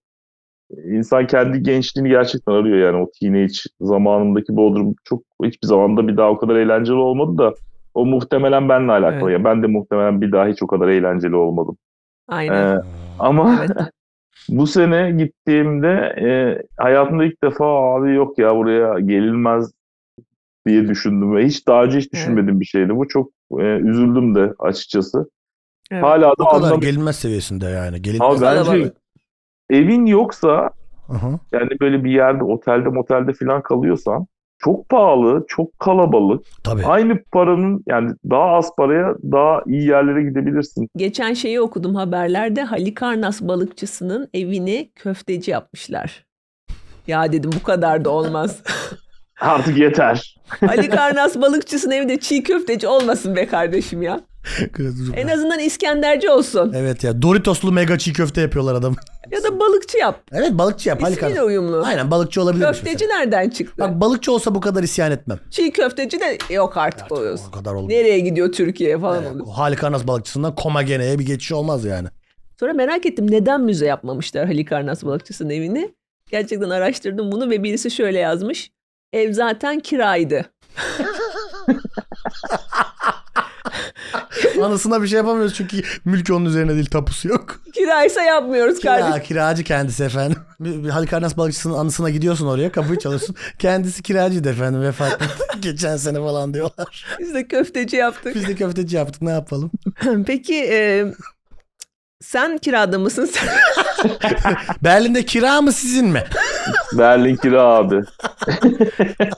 [SPEAKER 5] İnsan kendi gençliğini gerçekten arıyor yani. O teenage zamanındaki Bodrum çok hiçbir zamanda bir daha o kadar eğlenceli olmadı da o muhtemelen benimle alakalı.
[SPEAKER 3] Evet.
[SPEAKER 5] Ya ben de muhtemelen bir daha hiç o kadar eğlenceli olmadım.
[SPEAKER 3] Aynen.
[SPEAKER 5] Ee, ama
[SPEAKER 3] Evet.
[SPEAKER 5] bu sene gittiğimde e, hayatımda ilk defa abi yok ya buraya gelinmez diye düşündüm ve hiç daha önce hiç düşünmediğim bir şeydi. Bu çok e, üzüldüm de açıkçası.
[SPEAKER 3] Evet.
[SPEAKER 5] Hala da
[SPEAKER 1] O kadar
[SPEAKER 5] anlam-
[SPEAKER 1] gelinmez seviyesinde yani.
[SPEAKER 5] Abi
[SPEAKER 1] Gelinmez.
[SPEAKER 5] bence evin yoksa
[SPEAKER 1] Hı hı.
[SPEAKER 5] yani böyle bir yerde otelde motelde falan kalıyorsan çok pahalı, çok kalabalık.
[SPEAKER 1] Tabii.
[SPEAKER 5] Aynı paranın yani daha az paraya daha iyi yerlere gidebilirsin.
[SPEAKER 3] Geçen şeyi okudum haberlerde Halikarnas balıkçısının evini köfteci yapmışlar. Ya dedim bu kadar da olmaz.
[SPEAKER 5] Artık yeter.
[SPEAKER 3] Halikarnas balıkçısının evinde çiğ köfteci olmasın be kardeşim ya. En azından İskenderci olsun.
[SPEAKER 1] Evet ya Doritoslu mega çiğ köfte yapıyorlar adam.
[SPEAKER 3] Ya da balıkçı yap.
[SPEAKER 1] Evet balıkçı yap. Halikarnas.
[SPEAKER 3] İsmiyle uyumlu.
[SPEAKER 1] Aynen balıkçı olabilirmiş.
[SPEAKER 3] Köfteci
[SPEAKER 1] mesela.
[SPEAKER 3] nereden çıktı?
[SPEAKER 1] Bak balıkçı olsa bu kadar isyan etmem.
[SPEAKER 3] çiğ köfteci de yok artık oluyoruz.
[SPEAKER 1] O kadar olmaz.
[SPEAKER 3] Nereye gidiyor Türkiye falan oluyor.
[SPEAKER 1] Halikarnas balıkçısından Komagene'ye bir geçiş olmaz yani.
[SPEAKER 3] Sonra merak ettim neden müze yapmamışlar Halikarnas balıkçısının evini. Gerçekten araştırdım bunu ve birisi şöyle yazmış. Ev zaten kiraydı.
[SPEAKER 1] Anasına bir şey yapamıyoruz çünkü mülk onun üzerine değil tapusu yok.
[SPEAKER 3] Kiraysa yapmıyoruz
[SPEAKER 1] Kira,
[SPEAKER 3] kardeşim.
[SPEAKER 1] kiracı kendisi efendim. Bir- bir Halikarnas balıkçısının anısına gidiyorsun oraya kapıyı çalıyorsun. kendisi kiracıydı efendim vefat etti. Geçen sene falan diyorlar.
[SPEAKER 3] Biz de köfteci yaptık.
[SPEAKER 1] Biz de köfteci yaptık ne yapalım.
[SPEAKER 3] Peki e, sen kirada mısın? Sen-
[SPEAKER 1] Berlin'de kira mı sizin mi?
[SPEAKER 5] Berlin kira abi.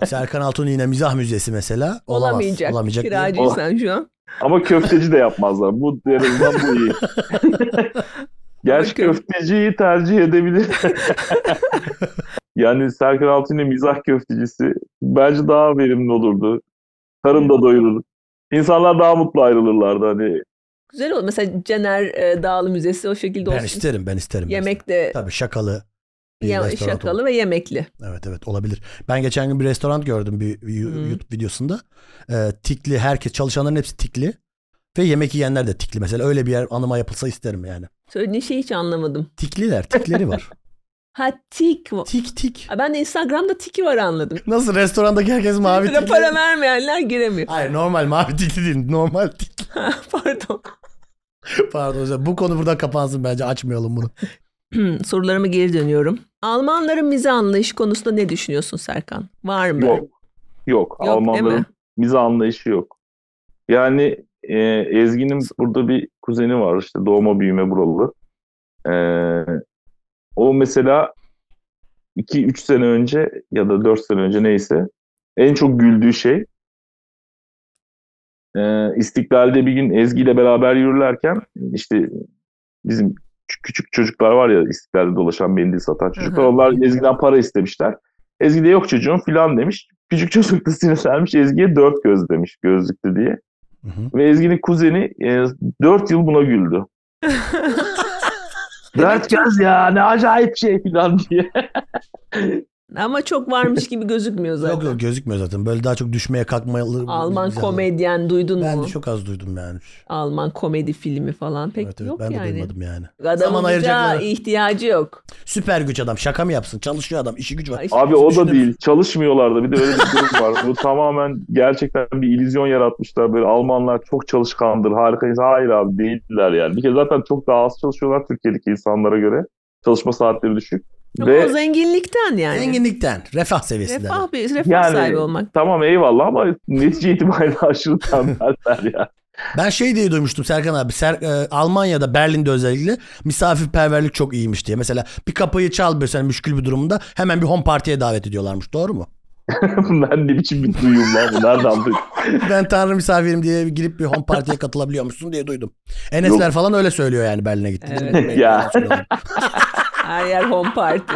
[SPEAKER 1] Serkan Altun yine mizah müzesi mesela. Olamaz.
[SPEAKER 3] olamayacak.
[SPEAKER 1] Olamayacak. Oh.
[SPEAKER 3] Kiracıysan şu an.
[SPEAKER 5] Ama köfteci de yapmazlar. Bu en azından bu iyi. Gerçi
[SPEAKER 3] Bakın.
[SPEAKER 5] köfteciyi tercih edebilir. yani Serkan Altun'un mizah köftecisi bence daha verimli olurdu. Karın da doyurur. İnsanlar daha mutlu ayrılırlardı hani.
[SPEAKER 3] Güzel oldu. Mesela Cener e, Dağlı Müzesi o şekilde
[SPEAKER 1] Ben
[SPEAKER 3] olsun.
[SPEAKER 1] isterim ben isterim. ben isterim.
[SPEAKER 3] Yemek de
[SPEAKER 1] Tabii şakalı. bir
[SPEAKER 3] ya,
[SPEAKER 1] restoran olur.
[SPEAKER 3] şakalı ve yemekli.
[SPEAKER 1] Evet evet olabilir. Ben geçen gün bir restoran gördüm bir bir
[SPEAKER 3] Hı.
[SPEAKER 1] YouTube videosunda. Ee, tikli herkes çalışanların hepsi tikli. Ve yemek yiyenler de tikli mesela. Öyle bir yer anıma yapılsa isterim yani.
[SPEAKER 3] Söylediğin şeyi hiç anlamadım.
[SPEAKER 1] Tikliler tikleri var.
[SPEAKER 3] Ha tik. var.
[SPEAKER 1] tik tik.
[SPEAKER 3] Ha, Ben de Instagram'da tiki var anladım.
[SPEAKER 1] Nasıl restorandaki herkes mavi
[SPEAKER 3] Bir de
[SPEAKER 1] tikli.
[SPEAKER 3] para vermeyenler giremiyor.
[SPEAKER 1] Hayır normal mavi tikli değil. Normal tikli.
[SPEAKER 3] Pardon.
[SPEAKER 1] Pardon hocam. Bu konu buradan kapansın bence. Açmayalım bunu.
[SPEAKER 3] Sorularıma geri dönüyorum. Almanların mizah anlayışı konusunda ne düşünüyorsun Serkan? Var mı?
[SPEAKER 5] Yok. Yok.
[SPEAKER 3] değil
[SPEAKER 5] Almanların
[SPEAKER 3] mi?
[SPEAKER 5] mizah anlayışı yok. Yani e, Ezgi'nin burada bir kuzeni var işte doğma büyüme buralı. E, o mesela 2-3 sene önce ya da 4 sene önce neyse en çok güldüğü şey e, İstiklal'de bir gün Ezgi ile beraber yürürlerken işte bizim küçük- küçük çocuklar var ya İstiklal'de dolaşan mendil satan çocuklar.
[SPEAKER 3] Hı hı.
[SPEAKER 5] Onlar Ezgi'den para istemişler. Ezgi de yok çocuğum filan demiş. Küçük çocuk da sinirlenmiş. Ezgi'ye dört göz demiş gözlüklü diye.
[SPEAKER 1] Hı hı.
[SPEAKER 5] Ve Ezgi'nin kuzeni e, dört yıl buna güldü. dört göz ya ne acayip şey filan diye.
[SPEAKER 3] Ama çok varmış gibi gözükmüyor zaten.
[SPEAKER 1] Yok yok gözükmüyor zaten. Böyle daha çok düşmeye kalkmalı.
[SPEAKER 3] Alman
[SPEAKER 1] Güzel.
[SPEAKER 3] komedyen duydun
[SPEAKER 1] Ben
[SPEAKER 3] mu?
[SPEAKER 1] de çok az duydum yani.
[SPEAKER 3] Alman komedi filmi falan pek
[SPEAKER 1] evet, evet,
[SPEAKER 3] yok
[SPEAKER 1] ben de
[SPEAKER 3] yani.
[SPEAKER 1] duymadım yani. Zaman
[SPEAKER 3] Adamın bize
[SPEAKER 1] ayıracakları.
[SPEAKER 3] ihtiyacı yok.
[SPEAKER 1] Süper güç adam. Şaka mı yapsın? Çalışıyor adam. işi gücü var.
[SPEAKER 3] Ay,
[SPEAKER 5] Abi o da
[SPEAKER 1] Düşünün.
[SPEAKER 5] değil. Çalışmıyorlardı. Bir de öyle bir durum var. Bu tamamen gerçekten bir illüzyon yaratmışlar. Böyle Almanlar çok çalışkandır, harika insan. Hayır abi değiller yani. Bir kere zaten çok daha az çalışıyorlar Türkiye'deki insanlara göre. Çalışma saatleri düşük.
[SPEAKER 3] Ama
[SPEAKER 5] Ve
[SPEAKER 3] o zenginlikten yani.
[SPEAKER 1] Zenginlikten, refah seviyesinden.
[SPEAKER 3] Refah, bir, refah
[SPEAKER 5] Yani-
[SPEAKER 3] sahibi olmak.
[SPEAKER 5] tamam eyvallah ama netice itibariyle aşırı tembeller ya.
[SPEAKER 1] Ben şey diye duymuştum Serkan abi. Ser, e, Almanya'da Berlin'de özellikle misafirperverlik çok iyiymiş diye. Mesela bir kapıyı çal mesela müşkül bir durumda hemen bir home partiye davet ediyorlarmış. Doğru mu?
[SPEAKER 5] ben ne biçim bir duyum lan bu? Nereden duydun?
[SPEAKER 1] Ben tanrı misafirim diye girip bir home partiye katılabiliyormuşsun diye duydum. Enesler
[SPEAKER 5] Yok.
[SPEAKER 1] falan öyle söylüyor yani Berlin'e gittiğinde.
[SPEAKER 3] Evet.
[SPEAKER 5] Ya.
[SPEAKER 3] Her yer home party.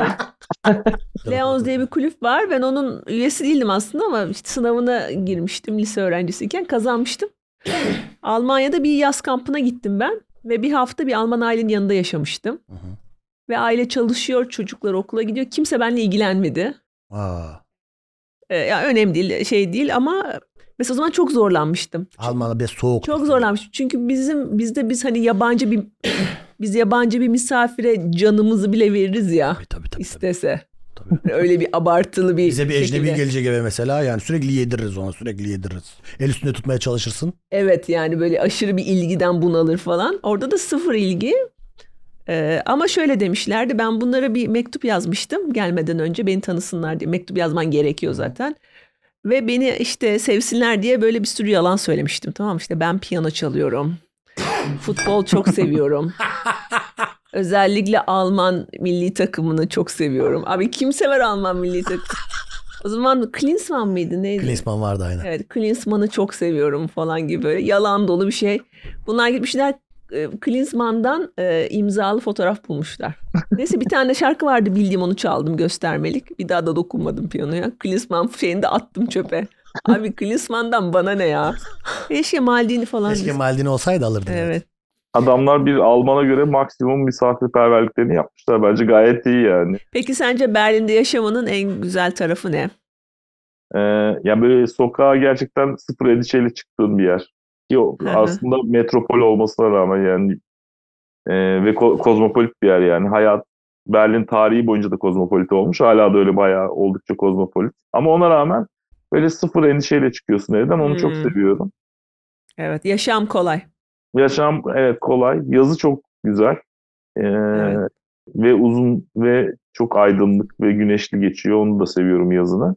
[SPEAKER 3] Leons diye bir kulüp var. Ben onun üyesi değildim aslında ama işte sınavına girmiştim lise öğrencisiyken kazanmıştım. Almanya'da bir yaz kampına gittim ben ve bir hafta bir Alman ailenin yanında yaşamıştım.
[SPEAKER 1] Hı hı.
[SPEAKER 3] Ve aile çalışıyor, çocuklar okula gidiyor. Kimse benimle ilgilenmedi.
[SPEAKER 1] Aa,
[SPEAKER 3] Ee, ya önemli değil, şey değil ama mesela o zaman çok zorlanmıştım.
[SPEAKER 1] Almanya'da bir soğuk.
[SPEAKER 3] Çok zorlanmış. Çünkü bizim bizde biz hani yabancı bir biz yabancı bir misafire canımızı bile veririz ya
[SPEAKER 1] Tabii tabii tabii. tabii,
[SPEAKER 3] istese.
[SPEAKER 1] tabii.
[SPEAKER 3] Hani Öyle bir abartılı bir
[SPEAKER 1] Bize bir ecnebi
[SPEAKER 3] şekilde.
[SPEAKER 1] gelecek eve mesela yani sürekli yediririz ona sürekli yediririz. El üstünde tutmaya çalışırsın.
[SPEAKER 3] Evet yani böyle aşırı bir ilgiden bunalır falan. Orada da sıfır ilgi. Ee, ama şöyle demişlerdi ben bunlara bir mektup yazmıştım gelmeden önce beni tanısınlar diye. Mektup yazman gerekiyor zaten. Ve beni işte sevsinler diye böyle bir sürü yalan söylemiştim. Tamam işte ben piyano çalıyorum. Futbol çok seviyorum. Özellikle Alman milli takımını çok seviyorum. Abi kim sever Alman milli takımı? O zaman Klinsmann mıydı neydi?
[SPEAKER 1] Klinsmann vardı aynen.
[SPEAKER 3] Evet Klinsmann'ı çok seviyorum falan gibi böyle yalan dolu bir şey. Bunlar gitmişler e, Klinsmann'dan e, imzalı fotoğraf bulmuşlar. Neyse bir tane şarkı vardı bildiğim onu çaldım göstermelik. Bir daha da dokunmadım piyanoya. Klinsmann şeyini de attım çöpe. Abi Klinsmann'dan bana ne ya? Keşke Maldini falan.
[SPEAKER 1] Keşke Maldini olsaydı alırdın.
[SPEAKER 3] Evet.
[SPEAKER 5] Adamlar bir Alman'a göre maksimum misafirperverliklerini yapmışlar. Bence gayet iyi yani.
[SPEAKER 3] Peki sence Berlin'de yaşamanın en güzel tarafı ne?
[SPEAKER 5] Ee, yani böyle sokağa gerçekten sıfır endişeyle çıktığın bir yer. Ki o
[SPEAKER 3] Hı hı.
[SPEAKER 5] aslında metropol olmasına rağmen yani e, ve ko- kozmopolit bir yer yani. Hayat Berlin tarihi boyunca da kozmopolit olmuş. Hala da öyle bayağı oldukça kozmopolit. Ama ona rağmen böyle sıfır endişeyle çıkıyorsun evden. Onu çok
[SPEAKER 3] Hmm.
[SPEAKER 5] seviyorum.
[SPEAKER 3] Evet yaşam kolay.
[SPEAKER 5] Yaşam evet kolay. Yazı çok güzel. Ee,
[SPEAKER 3] Evet.
[SPEAKER 5] ve uzun ve çok aydınlık ve güneşli geçiyor. Onu da seviyorum yazını.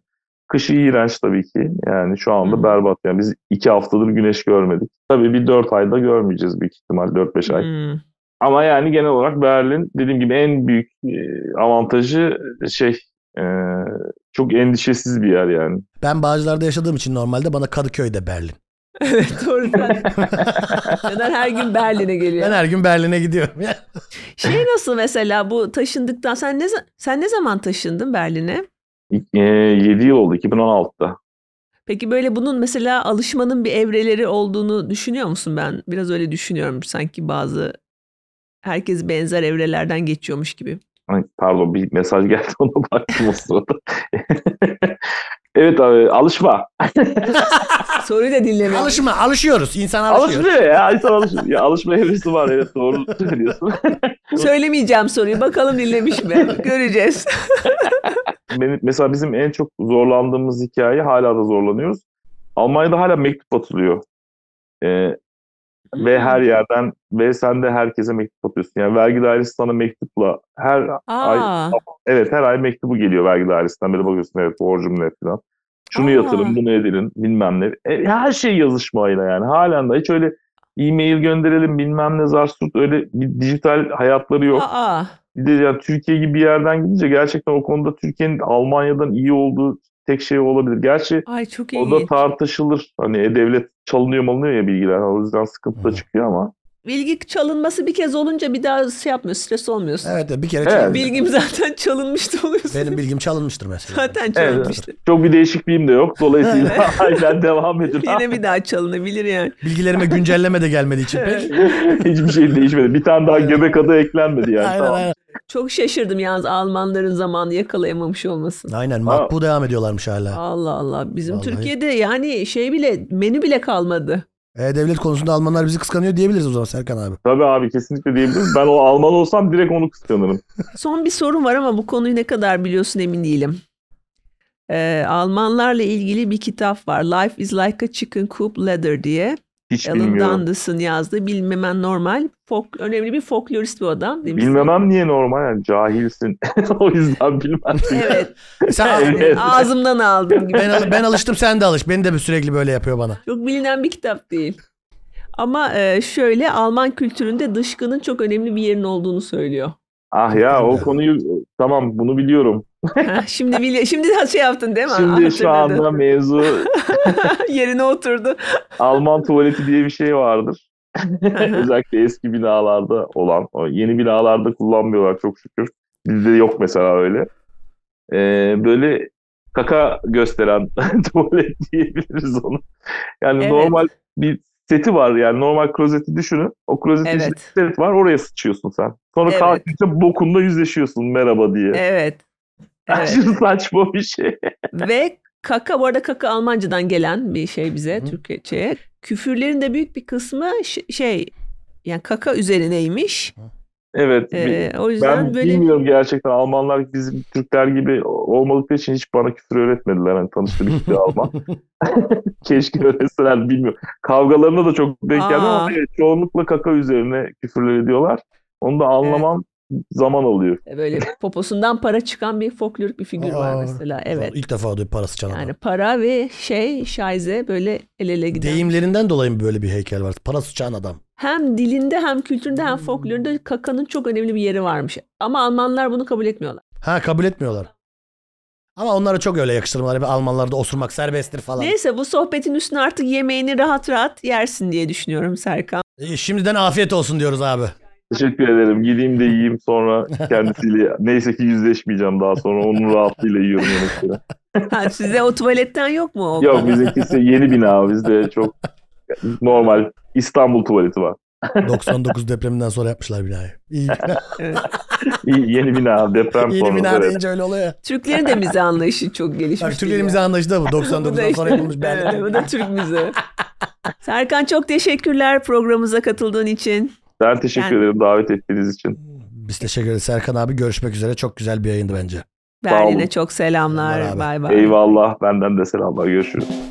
[SPEAKER 5] Kışı iğrenç tabii ki. Yani şu anda
[SPEAKER 3] Hı.
[SPEAKER 5] berbat. Yani biz iki haftadır güneş görmedik. Tabii bir dört ayda görmeyeceğiz büyük ihtimal. Dört beş ay.
[SPEAKER 3] Hmm.
[SPEAKER 5] Ama yani genel olarak Berlin dediğim gibi en büyük e, avantajı şey e, çok endişesiz bir yer yani.
[SPEAKER 1] Ben Bağcılar'da yaşadığım için normalde bana Kadıköy'de Berlin.
[SPEAKER 3] Evet doğru. Neden her gün Berlin'e geliyor?
[SPEAKER 1] Ben her gün Berlin'e gidiyorum ya.
[SPEAKER 3] Şey nasıl mesela bu taşındıktan sen ne za- sen ne zaman taşındın Berlin'e?
[SPEAKER 5] E, 7 yıl oldu 2016'da.
[SPEAKER 3] Peki böyle bunun mesela alışmanın bir evreleri olduğunu düşünüyor musun ben? Biraz öyle düşünüyorum sanki bazı herkes benzer evrelerden geçiyormuş gibi.
[SPEAKER 5] Ay, Pardon bir mesaj geldi ona baktım o sırada. Evet abi alışma.
[SPEAKER 3] Soruyu da dinlemiyorum.
[SPEAKER 1] Alışma, alışıyoruz. İnsan alışıyor.
[SPEAKER 5] Alışmıyor ya. İnsan alışıyor. Ya, alışma evresi var evet doğru söylüyorsun.
[SPEAKER 3] Söylemeyeceğim soruyu. Bakalım dinlemiş mi? Göreceğiz.
[SPEAKER 5] Benim, mesela bizim en çok zorlandığımız hikaye hala da zorlanıyoruz. Almanya'da hala mektup atılıyor. Ee, ve her yerden ve sen de herkese mektup atıyorsun. Yani vergi dairesi sana mektupla her
[SPEAKER 3] Aa,
[SPEAKER 5] evet her ay mektubu geliyor vergi dairesinden. Böyle bakıyorsun evet borcum ne falan. Şunu
[SPEAKER 3] Aa.
[SPEAKER 5] yatırın bunu edilin bilmem ne. E, her şey yazışmayla yani. Halen de hiç öyle e-mail gönderelim bilmem ne zarsut öyle bir dijital hayatları yok.
[SPEAKER 3] aa.
[SPEAKER 5] Bir de yani Türkiye gibi bir yerden gidince gerçekten o konuda Türkiye'nin Almanya'dan iyi olduğu tek şey olabilir. Gerçi
[SPEAKER 3] Ay çok
[SPEAKER 5] o da
[SPEAKER 3] iyi.
[SPEAKER 5] tartışılır. Hani e, devlet çalınıyor malınıyor ya bilgiler. O yüzden sıkıntı da
[SPEAKER 1] Hı.
[SPEAKER 5] çıkıyor ama.
[SPEAKER 3] Bilgi çalınması bir kez olunca bir daha şey yapmıyor, stres olmuyorsun.
[SPEAKER 1] Evet bir kere
[SPEAKER 5] Evet.
[SPEAKER 1] çalındı.
[SPEAKER 3] Bilgim zaten çalınmıştı oluyorsun.
[SPEAKER 1] Benim bilgim çalınmıştır mesela.
[SPEAKER 3] zaten çalınmıştı.
[SPEAKER 5] Çok bir değişikliğim de yok. Dolayısıyla aynen devam edin.
[SPEAKER 3] Yine bir daha çalınabilir yani.
[SPEAKER 1] Bilgilerime güncelleme de gelmediği için pek.
[SPEAKER 5] Hiçbir şey değişmedi. Bir tane daha göbek adı eklenmedi yani.
[SPEAKER 1] aynen
[SPEAKER 5] tamam.
[SPEAKER 1] aynen.
[SPEAKER 3] Çok şaşırdım yalnız Almanların zamanı yakalayamamış olmasın.
[SPEAKER 1] Aynen makbu devam ediyorlarmış hala.
[SPEAKER 3] Allah Allah. Bizim
[SPEAKER 1] Vallahi.
[SPEAKER 3] Türkiye'de yani şey bile menü bile kalmadı.
[SPEAKER 1] E, devlet konusunda Almanlar bizi kıskanıyor diyebiliriz o zaman Serkan abi.
[SPEAKER 5] Tabii abi kesinlikle diyebiliriz. Ben o Alman olsam direkt onu kıskanırım.
[SPEAKER 3] Son bir sorum var ama bu konuyu ne kadar biliyorsun emin değilim. Ee, Almanlarla ilgili bir kitap var. Life is like a chicken coop leather diye.
[SPEAKER 5] Hiç
[SPEAKER 3] Alan
[SPEAKER 5] bilmiyorum.
[SPEAKER 3] Dundas'ın yazdığı bilmemen normal. Folk, önemli bir folklorist bu adam. Demiş.
[SPEAKER 5] Bilmemem niye normal yani cahilsin. o yüzden bilmem.
[SPEAKER 3] Evet.
[SPEAKER 1] Sen,
[SPEAKER 5] Evet.
[SPEAKER 3] Ağzımdan aldım gibi.
[SPEAKER 1] ben, al- ben alıştım sen de alış. Beni de bir sürekli böyle yapıyor bana.
[SPEAKER 3] Çok bilinen bir kitap değil. Ama e, şöyle Alman kültüründe dışkının çok önemli bir yerin olduğunu söylüyor.
[SPEAKER 5] Ah ya o konuyu tamam bunu biliyorum.
[SPEAKER 3] Ha, şimdi bili- şimdi de şey yaptın değil mi?
[SPEAKER 5] Şimdi şu
[SPEAKER 3] Hatırladın.
[SPEAKER 5] anda mevzu
[SPEAKER 3] yerine oturdu.
[SPEAKER 5] Alman tuvaleti diye bir şey vardır. Özellikle eski binalarda olan. o Yeni binalarda kullanmıyorlar çok şükür. Bizde yok mesela öyle. Ee, böyle kaka gösteren tuvalet diyebiliriz onu. Yani
[SPEAKER 3] Evet.
[SPEAKER 5] normal bir seti var yani normal klozeti düşünün. O klozetin
[SPEAKER 3] Evet.
[SPEAKER 5] içinde bir set var oraya sıçıyorsun sen. Sonra
[SPEAKER 3] Evet.
[SPEAKER 5] kalkınca bokunla yüzleşiyorsun merhaba diye.
[SPEAKER 3] Evet. Evet.
[SPEAKER 5] Aşırı saçma bir şey.
[SPEAKER 3] Ve kaka bu arada kaka Almancadan gelen bir şey bize
[SPEAKER 1] Hı hı.
[SPEAKER 3] Türkçe'ye. Küfürlerin de büyük bir kısmı ş- şey yani kaka üzerineymiş.
[SPEAKER 5] Evet. bir-
[SPEAKER 3] Ee, o yüzden
[SPEAKER 5] Ben
[SPEAKER 3] böyle
[SPEAKER 5] bilmiyorum gerçekten Almanlar bizim Türkler gibi olmadıkları için hiç bana küfür öğretmediler. Hani tanıştığım hiçbir Alman. Keşke öğretseler bilmiyorum. Kavgalarına da çok denk geldim
[SPEAKER 3] Aa.
[SPEAKER 5] ama evet, çoğunlukla kaka üzerine küfürler ediyorlar. Onu da anlamam zaman alıyor.
[SPEAKER 3] böyle poposundan para çıkan bir folklorik bir figür
[SPEAKER 1] Aa.
[SPEAKER 3] var mesela. Evet.
[SPEAKER 1] İlk defa duyup parası çalan.
[SPEAKER 3] Yani
[SPEAKER 1] adam.
[SPEAKER 3] para ve şey şaize böyle el ele giden.
[SPEAKER 1] Deyimlerinden dolayı mı böyle bir heykel var? Parası çalan adam.
[SPEAKER 3] Hem dilinde hem kültüründe hem folklorunda kakanın çok önemli bir yeri varmış. Ama Almanlar bunu kabul etmiyorlar.
[SPEAKER 1] Ha kabul etmiyorlar. Ama onlara çok öyle yakıştırmalar. Bir Almanlarda osurmak serbesttir falan.
[SPEAKER 3] Neyse bu sohbetin üstüne artık yemeğini rahat rahat yersin diye düşünüyorum Serkan.
[SPEAKER 1] E, şimdiden afiyet olsun diyoruz abi.
[SPEAKER 5] Teşekkür ederim. Gideyim de yiyeyim sonra kendisiyle. Neyse ki yüzleşmeyeceğim daha sonra. Onun rahatlığıyla yiyorum yemekleri.
[SPEAKER 3] Ha, size o tuvaletten yok mu? o?
[SPEAKER 5] Yok bizimkisi yeni bina. Bizde çok normal İstanbul tuvaleti var.
[SPEAKER 1] 99 depreminden sonra yapmışlar binayı. İyi,
[SPEAKER 3] Evet.
[SPEAKER 5] Y- Yeni bina deprem
[SPEAKER 1] yeni
[SPEAKER 5] sonrası.
[SPEAKER 1] bina
[SPEAKER 5] evet.
[SPEAKER 1] deyince öyle oluyor ya.
[SPEAKER 3] Türklerin de müze anlayışı çok gelişmiş.
[SPEAKER 1] Bak
[SPEAKER 3] değil
[SPEAKER 1] Türklerin
[SPEAKER 3] şey ya.
[SPEAKER 1] bize anlayışı da bu.
[SPEAKER 3] Bu da
[SPEAKER 1] 99'dan sonra
[SPEAKER 3] işte-
[SPEAKER 1] yapılmış
[SPEAKER 3] Evet, bu
[SPEAKER 1] belli.
[SPEAKER 3] da Türk müze. Serkan çok teşekkürler programımıza katıldığın için.
[SPEAKER 5] Ben teşekkür
[SPEAKER 3] Yani-
[SPEAKER 5] ederim davet ettiğiniz için.
[SPEAKER 1] Biz teşekkür ederiz Serkan abi. Görüşmek üzere. Çok güzel bir yayındı bence.
[SPEAKER 5] Sağ olun.
[SPEAKER 3] Berlin'e çok
[SPEAKER 1] Merhaba.
[SPEAKER 3] selamlar. Bay bay.
[SPEAKER 5] Eyvallah. Benden de selamlar. Görüşürüz.